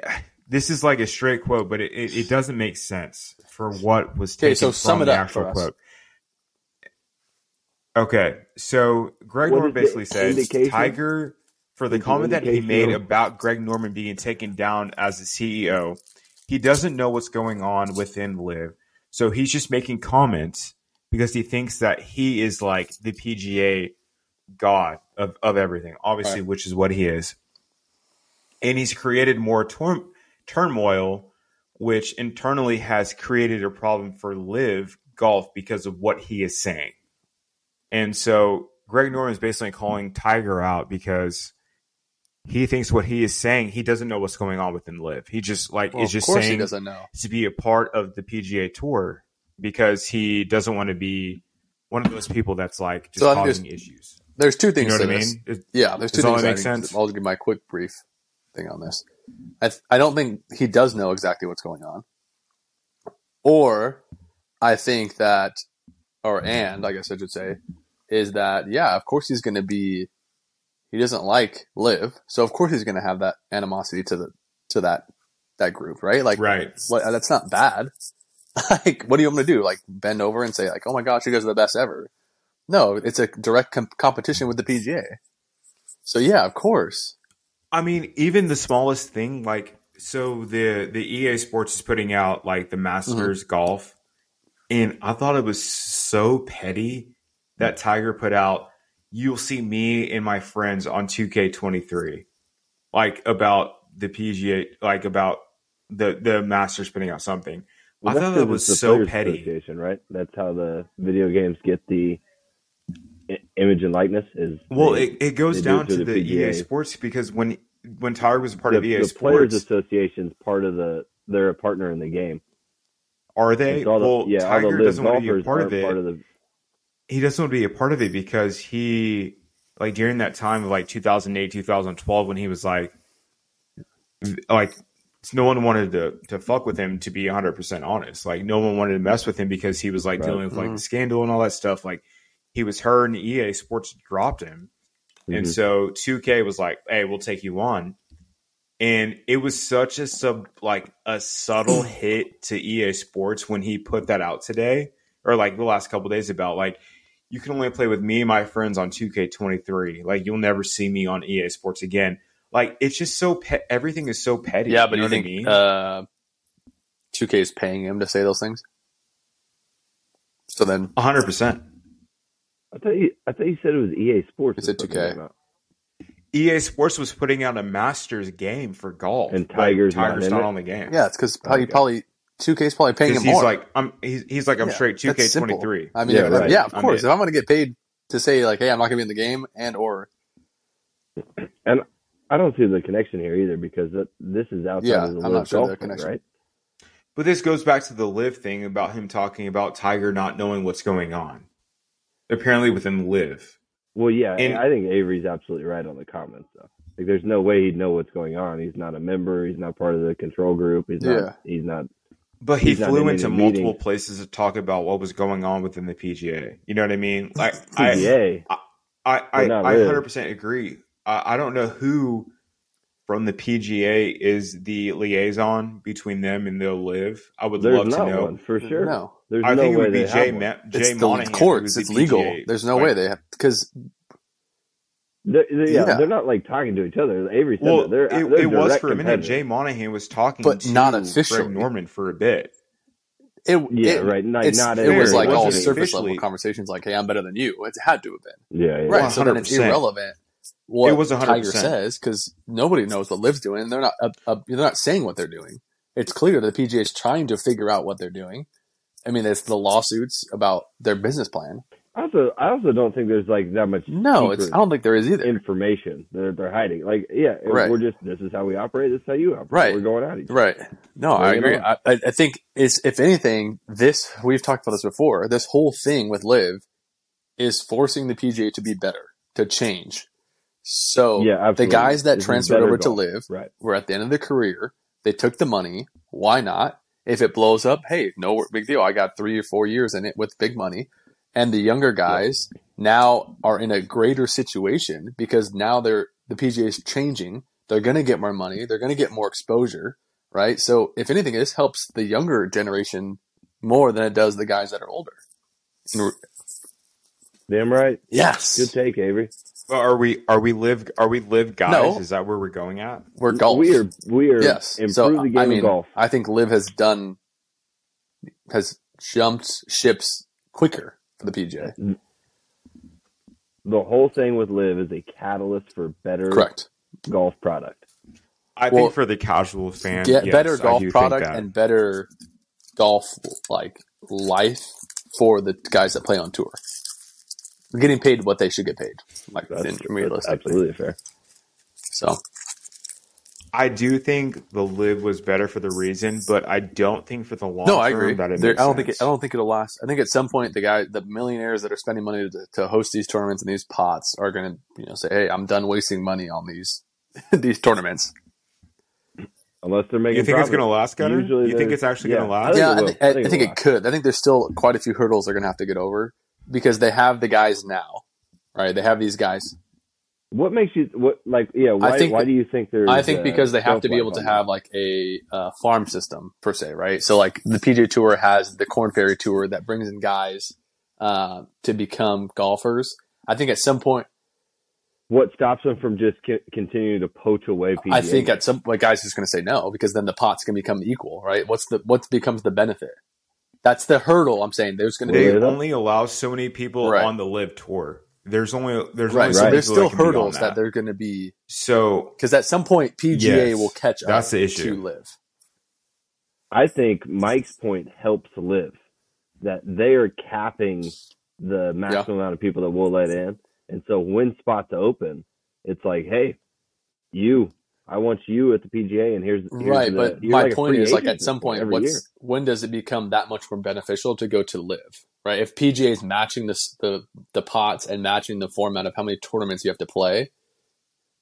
B: this is like a straight quote, but it, it, it doesn't make sense for what was
C: Okay,
B: taken
C: so
B: from
C: sum it
B: the
C: up
B: actual
C: for us.
B: quote. Okay, so Greg
A: What
B: Norman
A: is the
B: basically says
A: indication?
B: Tiger for the
A: Is it
B: comment that he
A: indication
B: made
A: of-
B: about Greg Norman being taken down as the CEO. He doesn't know what's going on within Live, so he's just making comments because he thinks that he is like the PGA god of, of everything, obviously, which is what he is. and he's created more tur- turmoil, which internally has created a problem for Live Golf because of what he is saying. And so Greg Norman is basically calling Tiger out because he thinks what he is saying, he doesn't know what's going on within Live. He just like
C: Well,
B: is just
C: of course he
B: saying
C: doesn't know.
B: to be a part of the PGA Tour because he doesn't want to be one of those people that's like just
C: So I think
B: causing issues.
C: There's two
B: You
C: things
B: know what I
C: to this.
B: mean? It-
C: Yeah, there's two
B: Does all
C: things.
B: that
C: I
B: make
C: think-
B: sense?
C: I'll give my quick brief thing on this. I, th- I don't think he does know exactly what's going on, or I think that, or and I guess I should say, is that yeah, of course he's going to be. He doesn't like live, so of course he's going to have that animosity to the to that that group, right? Like,
B: right.
C: what, uh, that's not bad. [laughs] Like, what do you want me to do? Like, bend over and say, like, oh my gosh, you guys are the best ever. No, it's a direct com- competition with the PGA. So yeah, of course.
B: I mean, even the smallest thing, like so the the EA Sports is putting out like the Masters
A: Mm-hmm.
B: Golf, and I thought it was so petty that Tiger put out. You'll see me and my friends on 2K23, like about the PGA, like about the the Masters putting out something. I thought
A: that's 'cause
B: that was
A: it's the
B: so
A: Players
B: petty.
A: Association, right? That's how the video games get the i- image and likeness. Is
B: Well,
A: the-
B: it, it goes
A: they do
B: down
A: it through
B: to the,
A: the
B: EA
A: PGA.
B: Sports because when when Tiger was a part
A: the,
B: of
A: the
B: EA
A: Players
B: Sports,
A: Association's part of the. They're a partner in the game.
B: are they?
A: It's all the-
B: well,
A: yeah, all the
B: Tiger
A: live
B: doesn't want to be a
A: golfers
B: part
A: aren't
B: of it.
A: part of the
B: he doesn't want to be a part of it because he like during that time of like 2008 2012 when he was like like no one wanted to to fuck with him to be 100% honest like no one wanted to mess with him because he was like
A: Right.
B: dealing with like
C: Mhm.
B: the scandal and all that stuff like he was hurt and EA Sports dropped him
A: Mm-hmm.
B: and so 2K was like, "Hey, we'll take you on." And it was such a sub like
A: [clears throat]
B: a subtle hit to EA Sports when he put that out today or like the last couple days about like you can only play with me and my friends on 2K23. Like you'll never see me on EA Sports again. Like it's just so pe- everything is so petty.
C: Yeah, but
B: know
C: you
B: what I
C: think
B: mean?
C: uh, 2K is paying him to say those things? So then,
B: 100%.
A: I thought you. I thought you said it was EA Sports.
C: It's
A: that
C: a
A: put
C: 2K.
A: them out.
B: EA E Sports was putting out a Masters game for golf,
A: And
B: but
A: Tiger's not
B: Tiger's
A: in
B: not
A: it?
B: on the game.
C: yeah, it's because probably,
A: Okay.
C: probably 2K is probably paying
B: 'Cause
C: him
B: he's
C: more.
B: like I'm he's, he's like I'm
C: Yeah,
B: straight
C: that's simple.
B: 2K23.
C: I mean,
A: Yeah,
C: if-
A: right.
C: yeah, of
B: I'm
C: course.
B: in.
C: If I'm going to get paid to say like, hey, I'm not going to be in the game, and or
A: I don't see the connection here either because th- this is outside
C: Yeah,
A: of the
C: I'm
A: live
C: not sure
A: golf
C: the
A: thing,
C: connection.
A: right?
B: But this goes back to the live thing about him talking about Tiger not knowing what's going on. Apparently within live.
A: Well, yeah,
B: And-
A: I think Avery's absolutely right on the comments though. Like, there's no way he'd know what's going on. He's not a member. He's not part of the control group. He's not.
C: Yeah.
A: He's not.
B: But he
A: He's not
B: flew
A: in
B: into
A: any
B: multiple
A: meetings.
B: places to talk about what was going on within the PGA. You know what I mean?
A: [laughs]
B: Like I
A: PGA.
B: I I,
A: They're not
B: I
A: live.
B: 100% agree. I, I don't know who from the PGA is the liaison between them and they'll live. I would
A: There's
B: love to
A: not
B: know.
A: one for sure.
C: no,
A: There's
B: I
A: no
B: think it
A: way
B: would
A: they
B: be Jay,
A: have one.
B: Ma-
C: it's
B: Jay
C: the
B: Monahan. who
C: courts.
B: was the
C: It's legal.
B: PGA.
C: There's no
B: Like,
C: way they have because
A: They're, they're- yeah,
C: Yeah.
A: they're not like talking to each other. Avery said
B: Well,
A: that. They're,
B: it,
A: they're
B: it was
A: direct
B: for a minute.
A: competitors.
B: Jay Monahan was talking,
C: But
B: to
C: not
B: Greg
C: officially.
B: Norman for a bit.
C: it
A: Yeah,
C: it,
A: right. Not,
C: it's,
A: not
C: it was
A: everybody
B: fair.
C: like
B: It
C: all
A: wants
B: wasn't
A: to-
C: surface level
B: officially-
C: conversations, like, "Hey, I'm better than you." It had to have been
A: Yeah, yeah.
C: right. So then it's
B: 100%.
C: irrelevant what
B: It was 100%.
C: Tiger says because nobody knows what Live's doing. They're not uh, uh, they're not saying what they're doing. It's clear that the PGA is trying to figure out what they're doing. I mean, it's the lawsuits about their business plan.
A: I also, I also don't think there's like that much
C: No, it's I
A: secret
C: don't think there is either.
A: information that they're hiding. Like, yeah,
C: Right.
A: we're just this is how we operate. This is how you operate.
C: Right.
A: We're going at each other.
C: Right. No, I
A: Bring it
C: agree.
A: on.
C: I, I I think is if anything, this we've talked about this before. This whole thing with Live is forcing the PGA to be better, to change. So
A: Yeah, absolutely.
C: the guys that
A: This is
C: transferred
A: better
C: over to
A: golf.
C: Live
A: Right.
C: were at the end of their career. They took the money. Why not? If it blows up, hey, no big deal. I got three or four years in it with big money. And the younger guys now are in a greater situation because now they're the PGA is changing. They're going to get more money. They're going to get more exposure, right? So if anything, this helps the younger generation more than it does the guys that are older.
A: Damn right.
C: Yes,
A: Good take, Avery.
B: But are we are we live are we live guys?
C: No.
B: Is that where we're going at?
C: we're golf.
A: We are we are
C: yes.
A: improve
C: So
A: the game
C: I mean,
A: of golf.
C: I think Liv has done has jumped ships quicker for the PGA.
A: The whole thing with Live is a catalyst for better
C: Correct.
A: golf product.
B: I
C: Well,
B: think for the casual fan,
C: Get
B: yes,
C: better
B: I
C: golf
B: do think
C: product
B: that.
C: and better golf like life for the guys that play on tour. Getting paid what they should get paid, like
A: That's,
C: in-
A: that's
C: realistically.
A: absolutely fair.
C: So
B: I do think the live was better for the reason, but I don't think for the long
C: no, I
B: term
C: agree.
B: that it
C: There- I
B: makes
C: don't think it,
B: sense.
C: I don't think it'll last. I think at some point the guy, the millionaires that are spending money to, to host these tournaments and these pots are going to you know say, "Hey, I'm done wasting money on these [laughs] these tournaments."
A: Unless they're making
B: You think it's
A: profit.
B: going to last, Gunner?
A: Usually
B: you think
A: there's-
B: it's actually
A: yeah.
B: going to last?
A: think it
C: yeah, I
A: will.
C: think,
A: I
C: I
A: think it
C: think
A: will
C: it could. I think there's still quite a few hurdles they're going to have to get over because they have the guys now, right? They have these guys.
A: What makes you what like yeah? Why
C: think-
A: why do you think there's?
C: I think
A: uh,
C: because they have to be
A: shelf
C: able
A: life
C: to
A: on
C: have
A: that?
C: like a uh, farm system per se, right? So like the PJ Tour has the Corn Ferry Tour that brings in guys uh, to become golfers. I think at some point,
A: what stops them from just c- continuing to poach away people?
C: I think at some point, guys are just going to say no because then the pots can become equal, right? What's the what becomes the benefit? That's the hurdle. I'm saying there's going to
B: They
A: Really?
B: only allow so many people
C: Right.
B: on the live tour. There's only there's
C: be right.
B: only
C: So
B: so many
C: there's
B: people
C: still
B: that can be on
C: hurdles that.
B: that.
C: they're going to be
B: So
C: because at some point PGA
B: Yes,
C: will catch up.
B: that's the issue.
C: To live,
A: I think Mike's point helps live that they are capping the maximum amount of people that we'll let in, and so when spots open, it's like, hey, you, I want you at the PGA, and here's, here's
C: right?
A: the-
C: But
A: you're
C: my
A: like a
C: point
A: free
C: is, like,
A: agent
C: at some point,
A: every
C: what's
A: year.
C: when does it become that much more beneficial to go to live? Right? If PGA is matching this, the the pots and matching the format of how many tournaments you have to play,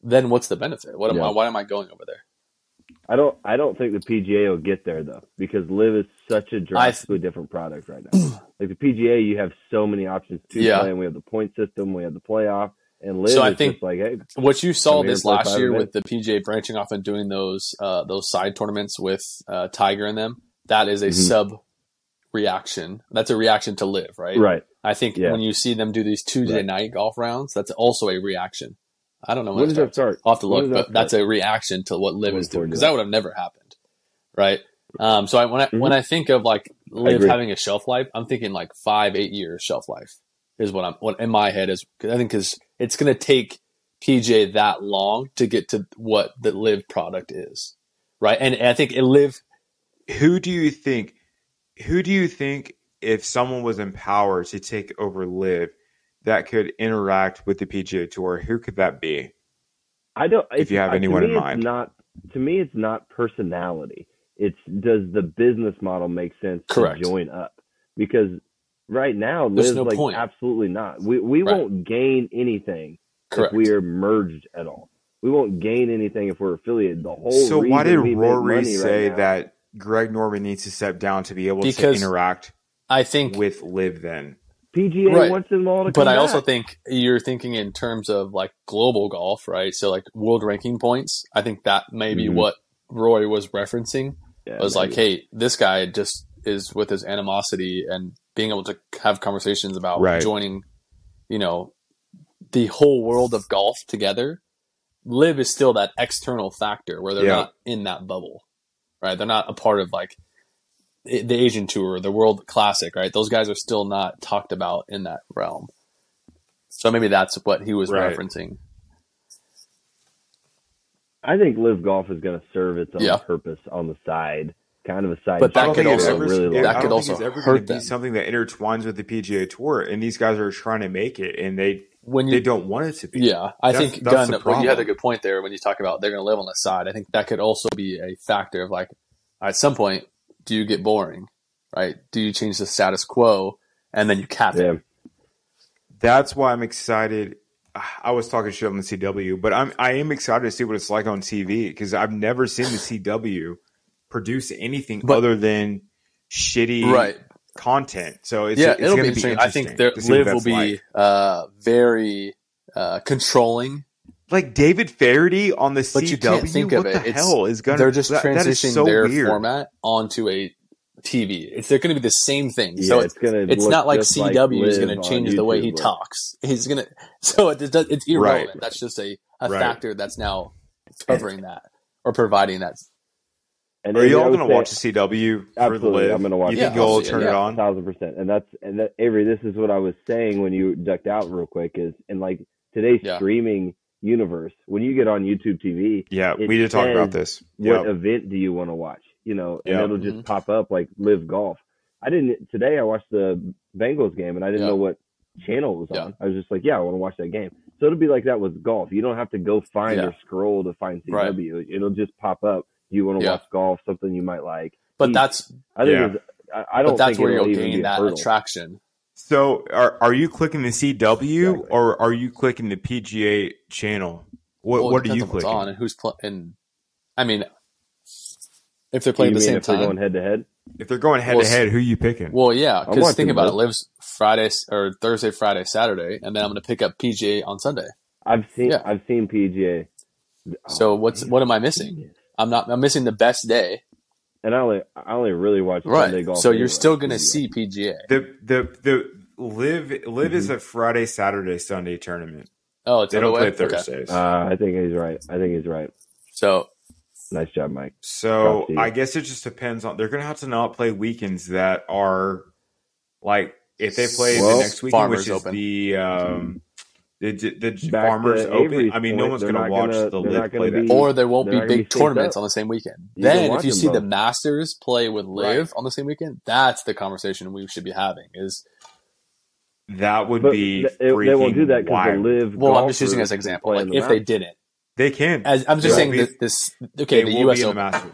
C: then what's the benefit? What am
A: Yeah.
C: I? Why am I going over there?
A: I don't I don't think the PGA will get there though because Live is such a drastically different product right
C: [clears throat]
A: now. like the PGA, you have so many options to
C: Yeah.
A: play, and we have the point system, we have the playoff, and Live
C: So I
A: is
C: think-
A: just like, hey,
C: What you saw
A: Come here,
C: this
A: play
C: last
A: five
C: year with
A: events.
C: the PGA branching off and doing those uh, those side tournaments with uh, Tiger in them, that is a
A: Mhm.
C: sub reaction. That's a reaction to live, right?
A: right.
C: I think
A: Yeah.
C: when you see them do these Tuesday
A: Right.
C: night golf rounds, that's also a reaction. I don't know
A: When
C: when,
A: does
C: it
A: that
C: starts.
A: start?
C: I'll have to
A: when
C: look,
A: does that
C: but that's a reaction to what Liv
A: When
C: is
A: does it
C: doing because
A: start?
C: that would have never happened, right? Um, so I, when I when I think of like Liv
A: Mm-hmm. agree.
C: having a shelf life, I'm thinking like five eight years shelf life is what I'm what in my head is. 'cause I think because it's going to take PJ that long to get to what the Live product is, right? And, and I think it Live
B: who do you think? Who do you think if someone was in power to take over live that could interact with the PGA Tour? Who could that be?
A: I don't. it's-
B: you have
A: I- to
B: anyone in
A: me, it's
B: mind.
A: not to me, it's not personality. It's does the business model make sense
C: Correct.
A: to join up? Because right now,
C: There's
A: Live's
C: no
A: like
C: point.
A: absolutely not. We we
C: Right.
A: won't gain anything
C: correct.
A: if we are merged at all. We won't gain anything if we're affiliated. The whole
B: so why did
A: reason we make money
B: Rory
A: right
B: say
A: now-
B: that Greg Norman needs to step down to be able to
C: Because
B: interact
C: I think
B: with live? Then
A: PGA
C: Right.
A: wants them all to
C: but
A: come
C: I also
A: back.
C: think you're thinking in terms of like global golf, right? So like world ranking points. I think that may be
A: Mhm.
C: what Roy was referencing.
A: Yeah,
C: was like,
A: maybe.
C: hey, this guy just is with his animosity and being able to have conversations about
B: Right.
C: joining, you know, the whole world of golf together. Live is still that external factor where they're
B: Yeah.
C: not in that bubble, right? They're not a part of like the the Asian Tour, the World Classic, right? Those guys are still not talked about in that realm. So maybe that's what he was
B: Right.
C: referencing.
A: I think Live Golf is going to serve its own
C: Yeah.
A: purpose on the side, kind of a side.
C: But that
B: I don't
C: could
B: think it's
A: also
C: also-
B: ever,
A: really
B: yeah,
A: like-
B: I
C: that could
B: don't think
C: also
B: it's ever
C: hurt
B: going to be
C: them.
B: something that intertwines with the PGA Tour, and these guys are trying to make it, and they
C: When you
B: they don't want it to be.
C: Yeah, I
B: That's-
C: think
B: that's
C: Gunn.
B: the
C: well, you had a
B: problem.
C: good point there when you talk about they're going to live on the side. I think that could also be a factor of like, at some point, do you get boring, right? Do you change the status quo and then you cap
A: yeah.
C: it?
B: That's why I'm excited. [sighs] I was talking shit on the CW, but I'm I am excited to see what it's like on TV because I've never seen
C: [sighs]
B: the CW produce anything
C: But-
B: other than shitty
C: Right.
B: content. So it's
C: yeah,
B: it's
C: it'll
B: gonna
C: be
B: be
C: interesting.
B: interesting.
C: I think their
B: to see what
C: live will
B: that's
C: be
B: like.
C: uh, very uh, controlling.
B: like David Faraday on the
C: But
B: CW.
C: you can't think
B: what
C: of it.
B: the
C: It's-
B: hell is gonna?
C: they're just
B: that- that is
C: transitioning
B: so
C: their
B: weird.
C: format onto a TV. It's they're going to be the same thing. so it's
A: it's going to.
C: it's not like CW is going to change the way he talks. He's going to so it does, it's irrelevant.
B: Right.
C: That's just a, a
B: Right.
C: factor that's now covering that or providing that.
A: And
B: Are
A: Avery,
B: you
A: I
B: all
A: would
B: gonna
A: say-
B: watch the CW for the
A: Absolutely,
B: live?
A: I'm gonna watch
B: You
C: it.
B: think
C: Yeah,
B: you'll
C: I'll see it,
B: turn it
C: yeah.
B: on?
A: thousand percent. And that's and that, Avery. This is what I was saying when you ducked out real quick. Is and like today's
C: Yeah.
A: streaming universe. When you get on YouTube TV,
B: Yeah,
A: It
B: we did talk about
A: says
B: this.
A: what
B: Yep.
A: event do you want to watch? You know, and
B: Yeah.
A: it'll
C: Mm-hmm.
A: just pop up like live golf. I didn't today. I watched the Bengals game and I didn't
C: Yeah.
A: know what channel it was
C: Yeah.
A: on. I was just like, yeah, I want to watch that game. So it'll be like that with golf. You don't have to go find
C: Yeah.
A: or scroll to find CW.
C: Right.
A: It'll just pop up. You want to
C: Yeah.
A: watch golf? Something you might like.
C: But
A: Easy.
C: that's
A: I think
B: Yeah.
A: it's, I, Hmm. I don't
C: but that's
A: think
C: where
A: it'll
C: you'll
A: even be
C: gain
A: a
C: that
A: hurdle.
C: attraction.
B: So are are you clicking the CW
A: Exactly.
B: or are you clicking the PGA channel? What
C: Well, it
B: what are
C: depends
B: you
C: on what's
B: clicking?
C: on and who's pl- and I mean, if
A: Do
C: they're
A: you
C: playing at the
A: mean
C: same
A: if we're
C: time.
A: going head to head?
B: If they're going head
C: Well,
B: to head, who are you picking?
C: well, yeah, because
A: watching
C: think about it.
A: both.
C: Lives Friday s- or Thursday, Friday, Saturday, and then I'm going to pick up PGA on Sunday.
A: I've seen
C: Yeah.
A: I've seen PGA. Oh,
C: So what's what am I missing? I'm not. I'm missing the best day,
A: And I only I only really watch Sunday
C: right?
A: golf.
C: So you're
A: anyway,
C: still going to
A: PGA.
C: see PGA.
B: the the the live live is
A: Mm-hmm.
B: a Friday, Saturday, Sunday tournament.
C: Oh, it's
B: They
C: the
B: don't
C: other
B: play
C: way? Okay.
B: Thursdays.
A: Uh, I think he's right. I think he's right.
C: So
A: Nice job, Mike.
B: So
A: Gotcha.
B: I guess it just depends on they're gonna have to not play weekends that are like if they play
A: Well, Mm-hmm.
B: the next weekend, which
C: Farmers
B: is
C: Open.
B: the um the the, the
A: Back
B: farmers
A: to
B: open.
A: Avery's
B: I mean, no
A: point,
B: one's
A: they're
B: gonna
A: not
B: watch
A: gonna-
B: the
A: they're
B: live
A: not gonna
B: play that.
A: be-
B: Or
C: or there won't
A: They're
C: be
A: not gonna be
C: big
A: synced
C: tournaments
A: up.
C: on the same weekend.
A: You can
C: then,
A: watch
C: if you
A: them
C: see the
A: both.
C: Masters play with Live on the same weekend, that's the conversation we should be having. Is
B: that would
A: But
B: be
A: th- it- they won't do that because
B: because
A: the live.
C: well, I'm
A: golfers
C: just using as an
A: can
C: example.
A: play
C: Like
A: in the
C: if they
A: Masters.
C: didn't,
B: they can.
C: as I'm just
B: They
C: saying
B: will be-
C: that this okay,
B: they
C: the
B: will be
C: U.S.
B: in the
C: Open,
B: Masters.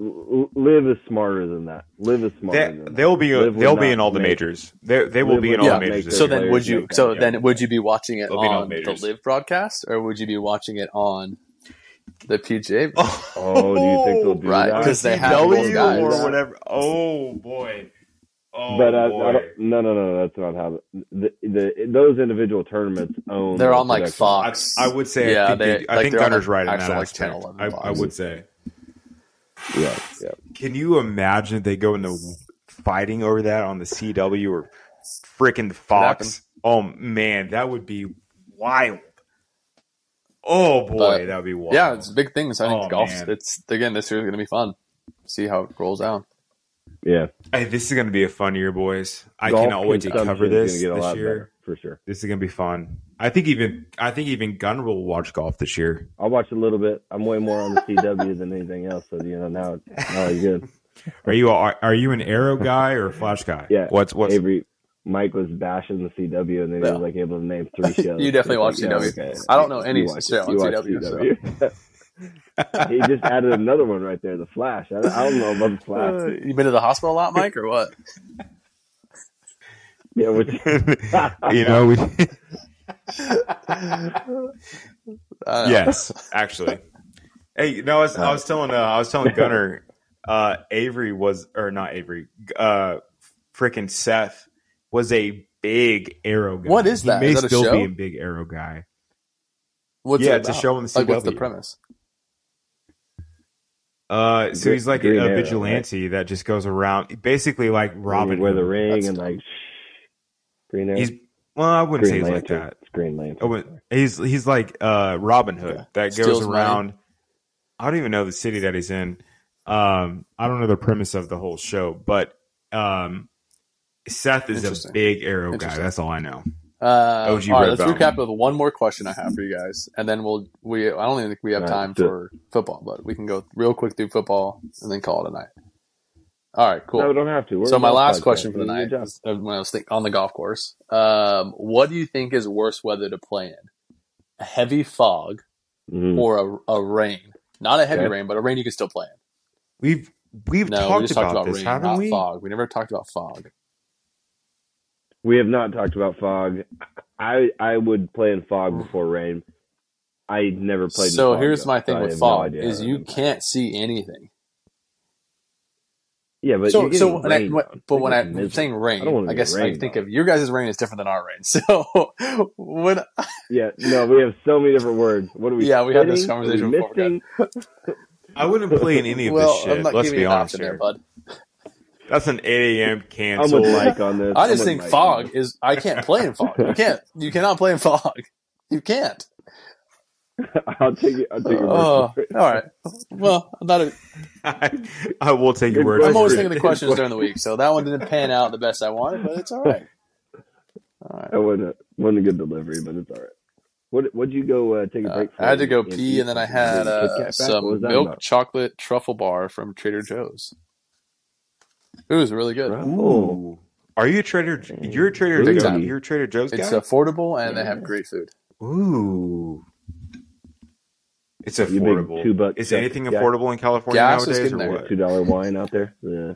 A: L- live is smarter than that. Live is smarter
B: They,
A: than that.
B: they'll be
A: Live will
B: they'll be
A: not
B: in all the
A: make-
B: majors. They they will
A: Live
B: be in
A: will
B: all
C: not
B: the
C: make
B: majors.
A: their
C: so then would
A: players
C: you?
A: make that
C: So
A: jump.
C: then would you be watching it
B: They'll be in all
C: on
B: the
C: the
B: majors.
C: Live broadcast, or would you be watching it on the PGA?
A: Oh, do you think they'll do
C: Right,
A: that?
C: 'cause they have
B: CW
C: both guys.
B: or whatever. Oh boy. Oh
A: but uh, I, I
B: boy.
A: don't, no, no, no, that's not how the, the those individual tournaments own.
C: They're
A: the
C: on like
A: production.
B: I,
C: Fox.
B: I would say
C: Yeah,
B: I think,
C: they-
B: they, I
C: like,
B: think
C: they're on
B: Gunner's
C: the
B: right in that
C: actual, like,
B: aspect.
C: 10, 11
B: I, I
C: boxes.
B: would say.
A: Yeah, yeah.
B: Can you imagine they go into fighting over that on the CW or freaking Fox? Oh man, that would be wild. Oh boy,
C: But-
B: that would be wild.
C: Yeah, it's big things. I think
B: Oh,
C: golf.
B: man.
C: It's again this year is going to be fun. See how it rolls out.
A: yeah.
B: Hey, this is going to be a fun year, boys. I
A: Golf
B: cannot wait to
A: consumption
B: cover
A: is gonna
B: this
A: get a
B: this
A: lot
B: year.
A: better, for sure.
B: This is going to be fun. I think even I think even Gunner will watch golf this year.
A: I'll watch a little bit. I'm way more on the CW than anything else. So you know now, now he's good.
B: Are you are, are you an arrow guy or a flash guy?
A: [laughs] Yeah.
B: What's what's
A: Avery Mike was bashing the CW, and then he
C: Yeah.
A: was like able to name three shows.
C: [laughs] You definitely
A: It's like,
C: watch
A: yeah,
C: CW.
A: okay.
C: I don't know any
A: You watch
C: show
A: it.
C: on
A: You watch
C: CW, so-
A: CW. [laughs] he just added another one right there, The Flash. I don't, I don't know about The Flash.
C: Uh, you been to the hospital a lot, Mike, or what?
A: [laughs] Yeah, which
B: [laughs]
A: [laughs]
B: you know? We,
C: [laughs] I don't know.
B: yes, actually. Hey, no, I was, I was telling uh, I was
A: [laughs]
B: telling Gunner, uh, Avery was or not Avery, uh, freaking Seth was a big arrow guy.
C: What is that?
B: He may
C: Is that a
B: still
C: show?
B: be a big arrow guy.
C: What's
B: yeah,
C: it
B: it's a
C: about?
B: show on the CW.
C: Like, what's the premise?
B: Uh, so
A: Gre-
B: he's like a,
A: Green Arrow, right?
B: vigilante that just goes around, basically like Robin.
A: wear the
B: Hood.
A: ring
C: That's
A: and
C: dumb.
A: like shh, Green Arrow.
B: He's well, I wouldn't
A: Green
B: say he's
A: Lantern.
B: like that.
A: It's Green Lantern.
B: Oh, wait, he's he's like uh, Robin Hood
C: Okay.
B: that
C: Steals
B: goes
C: money.
B: around. I don't even know the city that he's in. Um, I don't know the premise of the whole show, but um, Seth is a
C: Interesting.
B: big arrow guy.
C: Interesting.
B: That's all I know.
C: Uh, all
B: OG
C: right,
B: Red
C: let's
B: Bone.
C: recap with one more question I have for you guys, and then we'll we I don't even think we have
A: All right,
C: time
A: do it.
C: for football, but we can go real quick through football and then call it a night. All right, cool.
A: No, we don't have to. We're
C: so
A: a
C: my
A: golf
C: last
A: podcast.
C: question for the
A: You did a
C: night
A: good job.
C: is, uh, when I was think, on the golf course, um, what do you think is worse weather to play in? A heavy fog
A: Mhm.
C: or a, a rain? Not a heavy
A: Okay.
C: rain, but a rain you can still play in.
B: We've we've
C: No, we
B: talked,
C: just
B: about
C: talked about
B: this,
C: rain,
B: haven't
C: not
B: we?
C: fog. We never talked about fog.
A: We have not talked about fog. I I would play in fog before rain. I never played.
C: So
A: in fog,
C: here's
A: though,
C: my
A: so
C: thing
A: I
C: with
A: have no
C: fog
A: idea
C: is
A: how
C: you
A: that
C: can't see anything.
A: impacts. Yeah, but
C: so
A: you're
C: so
A: getting
C: when I,
A: rain,
C: when-
A: though.
C: but
A: It's
C: when
A: like
C: I'm
A: miserable.
C: saying
A: I
C: rain,
A: don't wanna
C: I
A: get
C: guess I
A: rained
C: think
A: on.
C: of your guys' rain is different than our rain. [laughs] So when
A: yeah, no, we have so many different words. What are we?
C: Yeah, we had this
A: splitting? Are we
C: conversation before we got-
A: misting?
B: I wouldn't play in any of
C: well,
B: this
C: I'm
B: shit.
C: not
B: Let's
C: giving
B: be
C: you an
B: honest
C: option there,
B: here.
C: bud.
B: That's an eight a.m.
A: I'm
B: cancel.
A: with Mike on this.
C: I
A: I'm
C: just
A: with
C: think
A: Mike on
C: fog is I can't play in fog. You
A: [laughs]
C: can't. You cannot play in fog. You can't.
A: this. [laughs] I'll take it. I'll take your
C: Oh,
A: word
C: all
A: for it. [laughs]
C: right. Well, I'm not. A,
B: I, [laughs] I will take your
A: Good
B: word.
A: question.
C: I'm always
B: for it.
C: thinking of
A: [laughs]
C: the questions during the week, so that one didn't pan out the best I wanted, but it's all right. All right.
A: That wasn't a, wasn't a good delivery, but it's all right. What would you go uh, take a
C: Uh,
A: break?
C: I had to
A: from
C: go
A: the
C: pee, and then I
A: Kit
C: had
A: Kat
C: uh,
A: back? What
C: some
A: was that
C: milk
A: about?
C: chocolate truffle bar from Trader Joe's. It was really good.
A: Right.
D: Ooh.
B: Are you a Trader? You're a Trader
A: Big
B: Joe's.
C: time.
B: You're a Trader Joe's
C: It's
B: guy.
C: affordable, and they
A: Yeah.
C: have great food.
B: Ooh, it's
A: You big
B: affordable.
A: two buck
B: Is
A: chuck-
B: anything
A: yeah.
B: affordable in California
C: Gas is
B: nowadays,
C: getting
B: or
C: there.
B: what?
A: Two dollar wine out there. Yeah.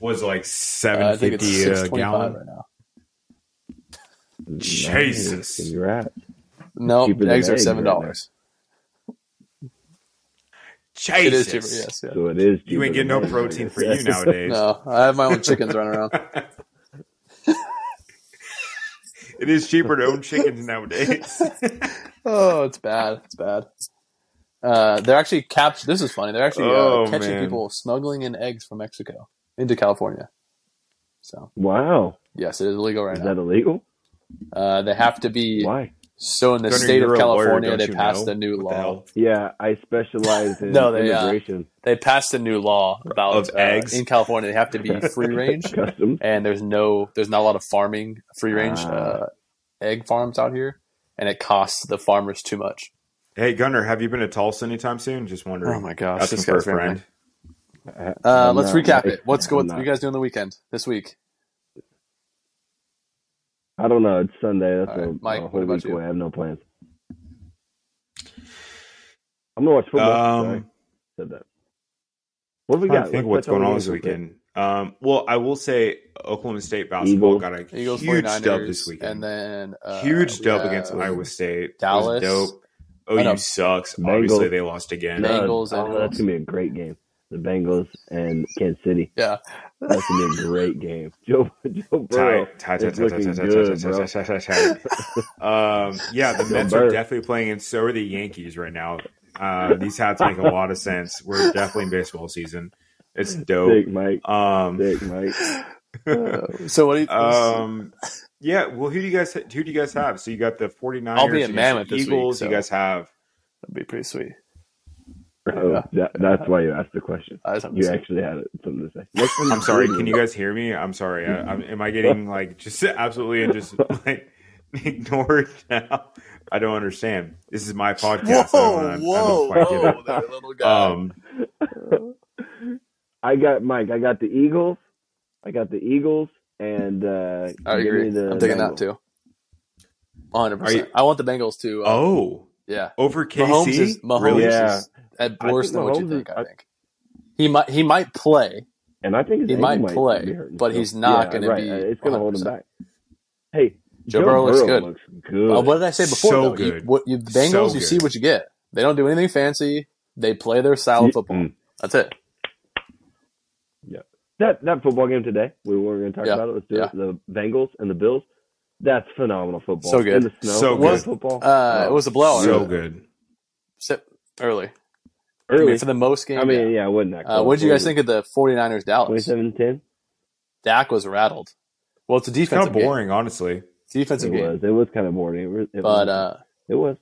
D: Was like
C: Uh, I
B: Seven
C: think it's
B: fifty
C: six
B: a
C: twenty-five
B: gallon.
C: right now.
D: Jesus.
A: Nice. You're right.
C: No,
A: Cheaper than
C: eggs are
A: eggs right
C: seven
A: now.
C: dollars.
B: Jesus,
C: it is cheaper. Yes, yeah.
A: So it is.
B: you ain't
A: cheaper
B: getting no
A: than eggs, I
B: protein
A: guess. [laughs]
B: for you nowadays.
C: No, I have my own chickens running around.
B: It is cheaper to own chickens
C: [laughs]
B: nowadays.
C: Oh, it's bad. It's bad. Uh, they're actually captured. This is funny. They're actually
B: Oh,
C: uh, catching
B: man.
C: people smuggling in eggs from Mexico into California. So
A: Wow.
C: yes, it is illegal right
A: Is
C: now.
A: that illegal?
C: Uh, they have to be.
A: Why?
C: So in the
B: Gunner,
C: state
B: you're a
C: of
B: lawyer,
C: California,
B: don't
C: they
B: you
C: passed
B: know?
C: a
B: What
C: new
B: the
C: law.
B: hell?
A: Yeah, I specialize in
C: [laughs] No, they, uh,
A: immigration
C: They passed a new law about
B: Of
C: uh,
B: eggs?
C: in California. They have
B: [laughs]
C: to be
A: [laughs]
C: free range,
A: customs.
C: and there's no, there's not a lot of farming, free range
A: Ah.
C: uh, egg farms out here, and it costs the farmers too much.
B: Hey, Gunner, have you been to Tulsa anytime soon? Just wondering.
C: Oh my gosh,
B: Asking
C: this
B: for a
C: guy's very
B: friend.
A: I-
C: [laughs] Uh,
A: I'm
C: let's
A: not-
B: [laughs]
C: recap it. What's
A: I'm
C: going?
A: not-
C: You guys doing the weekend this week?
A: I don't know. It's Sunday. That's
C: All
A: a,
C: right, Mike,
A: a
C: what
A: whole
C: about
A: week
C: you?
A: away. I have no plans. I'm gonna watch football.
B: Um,
A: Sorry, said that. What have we
B: I'm trying
A: got?
B: to think of
A: Let's
B: what's
A: touch
B: going on
A: the
B: this
A: games real quick.
B: weekend. Um, well, I will say Oklahoma State basketball
A: Eagles.
B: got a
C: Eagles,
B: huge
C: 49ers,
B: dub this weekend.
C: and then uh,
B: huge
C: we
B: dub
C: have
B: against Iowa State.
C: Dallas.
B: Dallas. dope.
C: I know.
B: OU sucks. Obviously,
A: Bengals.
B: they lost again.
C: Bengals. Bengals and
A: Oh, that's
C: Eagles.
A: gonna be a great game. The Bengals and Kansas City.
C: Yeah,
A: That's gonna be a great game. [laughs] Joe Joe Burrow.
B: Tie, tie, tie,
A: it's
B: tie, tie, tie,
A: looking
B: tie, tie,
A: good,
B: tie,
A: bro.
B: tie, tie, tie,
A: [laughs]
B: tie. Um, yeah, the
A: Go
B: Mets are
A: Bird.
B: definitely playing, and so are the Yankees right now. Uh, these hats make a lot of sense. We're definitely in baseball season. It's dope.
A: Sick, Mike.
B: Um,
A: Sick, Mike.
C: Uh, [laughs] so what? Do you,
B: um, yeah. Well, who do you guys who do you guys have? So you got the 49ers,
C: I'll be in
B: you got
C: Mammoth
B: the
C: this week,
B: Eagles.
C: so-
B: You guys have
C: that'd be pretty sweet.
A: Oh, that, that's why you asked the
B: [laughs]
A: question.
C: I just have to
A: You
C: say.
A: actually had something to say. Next time
B: I'm sorry.
A: do
B: Can
A: it,
B: you guys hear me? I'm sorry. I, I'm, am I
C: [laughs]
B: getting like just absolutely and just like [laughs] ignored now? I don't understand. This is my podcast. I don't, I don't quite get
A: Oh,
B: it.
C: there, little
B: [laughs] Um,
A: I got Mike. I got the Eagles. I got the Eagles, and uh,
C: I
A: give
C: agree.
A: me the
C: I'm taking
A: Bengals.
C: that too. 100.
B: Are you-
C: percent I want the Bengals to. Uh,
B: oh,
C: yeah.
B: over KC,
C: Mahomes is Mahomes
B: really?
A: Yeah.
C: is at
A: I think
C: worse than what you
A: Mahomes
C: think.
A: is-
C: I
A: I-
C: think he might he might play.
A: And I think his
C: He
A: ankle
C: might play,
A: be hurting
C: but
A: still.
C: he's not
A: Yeah,
C: gonna
A: right.
C: be
A: Uh, It's going to hold him
C: 100%.
A: back. Hey,
C: Joe
A: Joe,
C: Burrow looks good.
A: good.
C: Uh, what did I say before?
B: So
C: though? You-
B: good.
C: what you, the Bengals,
B: So
C: you
B: good.
C: see what you get. They don't do anything fancy. They play their style of
A: Ye-
C: football.
A: mm.
C: That's it.
A: that that football game today? We were going to talk
C: Yeah,
A: about it. Let's do
C: yeah.
A: it. The Bengals and the Bills. That's phenomenal football.
C: So good.
A: In the snow.
B: So
A: What
B: good.
A: football.
C: Uh, it was a blowout.
B: So
C: Yeah.
B: good.
C: Sit early. I
A: early.
C: mean, for the most game.
A: I mean,
C: yeah.
A: yeah, it wasn't that
C: uh,
A: close.
C: what did you guys think of the 49ers Dallas?
A: 27-10?
C: Dak was rattled. Well, it's a
B: It's kind
C: defensive
B: of boring, honestly.
C: game. Defensive
A: It
C: game.
A: was. It was kind of boring. It, was- it
C: But
A: was,
C: uh,
A: it was.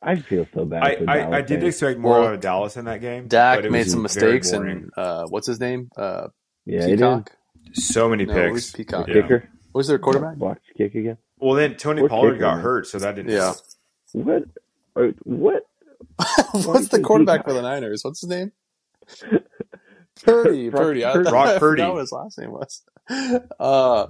A: I feel so bad.
B: I,
A: for Dallas
B: I, I did
A: fans.
B: expect more
C: Well,
B: out of Dallas in that game.
C: Dak
B: but it
C: made
B: was
C: some
B: very
C: mistakes,
B: boring.
C: and uh, what's his name? Uh,
A: Yeah, it is.
C: Peacock.
B: so many
C: No, it was
B: picks.
C: Peacock.
B: Yeah.
A: Kicker
C: What was their quarterback?
A: blocked kick again.
B: Well, then Tony
A: We're
B: Pollard
A: kicking
B: got
A: it.
B: hurt, so that didn't. [laughs]
C: Yeah. [laughs]
A: What? or- What?
C: What's the quarterback for the Niners? What's
A: [laughs]
C: his name? Purdy.
A: Brock-
C: Purdy. I,
A: Purdy.
B: Brock Purdy.
C: That what his last name was. [laughs] Uh,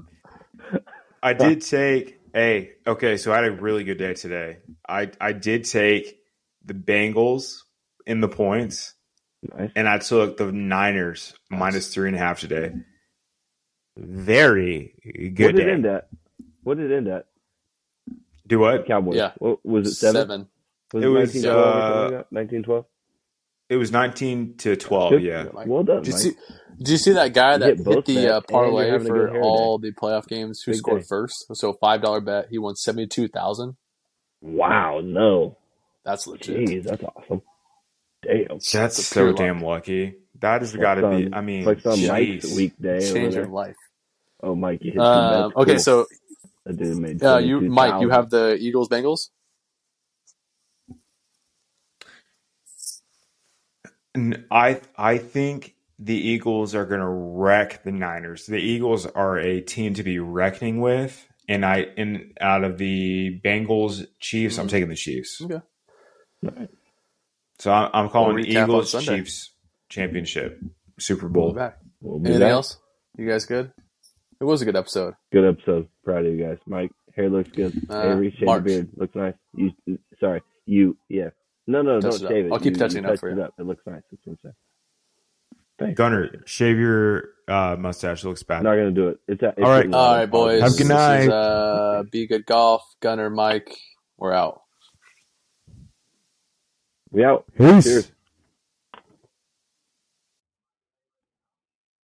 B: I did take a okay, so I had a really good day today. I I did take the Bengals in the points,
A: Nice.
B: and I took the Niners
C: Nice.
B: minus three and a half today. Very
A: What
B: good
A: did it
B: day.
A: end at? What did it end at?
B: Do what?
A: Cowboys.
C: Yeah.
A: What, was it seven?
C: seven.
A: Was
B: It was,
A: 1912 or
B: uh,
A: something like that? 1912?
B: It was nineteen to twelve.
A: Good.
B: oh, Yeah,
C: Mike.
A: Well done,
C: Did you
A: Mike.
C: see? Did you see that guy
A: You
C: that
A: hit
C: hit
A: both
C: the
A: bets,
C: uh,
A: and you're
C: parlay
A: having a good
C: for
A: hair
C: all the playoff games? Who
A: Big
C: scored
A: day.
C: first? So five dollar bet. He won seventy two thousand.
A: Wow, no.
C: That's legit.
A: Jeez, that's awesome. Damn.
B: that's
C: It's a
B: so
C: pure
B: damn lucky. That has
A: Flex
B: got to be.
A: on-
B: I mean,
A: flex on Mike's
B: jeez.
A: weekday. over
C: Change
A: there.
C: your life.
A: Oh, Mike, you hit two
C: Um,
A: bets.
C: okay,
A: Cool.
C: so
A: that dude made
C: uh, you, Mike, you
A: 22,000.
C: have the Eagles Bengals.
B: N- I I think the Eagles are going to wreck the Niners. The Eagles are a team to be reckoning with,
D: and I and out of the Bengals Chiefs, I'm
C: Mhm.
D: taking the Chiefs.
C: Okay.
D: So I'm, I'm calling
C: We'll recap on
D: Eagles
C: Sunday.
D: Chiefs championship Super
C: We'll
D: Bowl.
C: be back.
A: We'll be
C: Anything
A: back.
C: else? You guys good? It was a good episode.
A: Good episode. Proud of you guys. Mike, hair looks good.
C: Uh,
A: Avery, shave the
C: March.
A: beard. Looks nice. You, sorry, you, yeah. No, no,
C: Touch
A: don't
C: it up.
A: shave it.
C: I'll keep
A: You-
C: touching
A: you
C: it up
A: touch
C: for
A: it
C: you.
A: up. It looks nice. That's what I'm saying.
B: Gunner, shave your uh, mustache. It looks bad.
A: I'm not gonna do it. It's, it's
B: All right.
C: All right, boys.
B: Have a good
C: This
B: night.
C: is, uh, be good golf. Gunner, Mike, we're out.
A: We out.
B: Peace.
A: Cheers.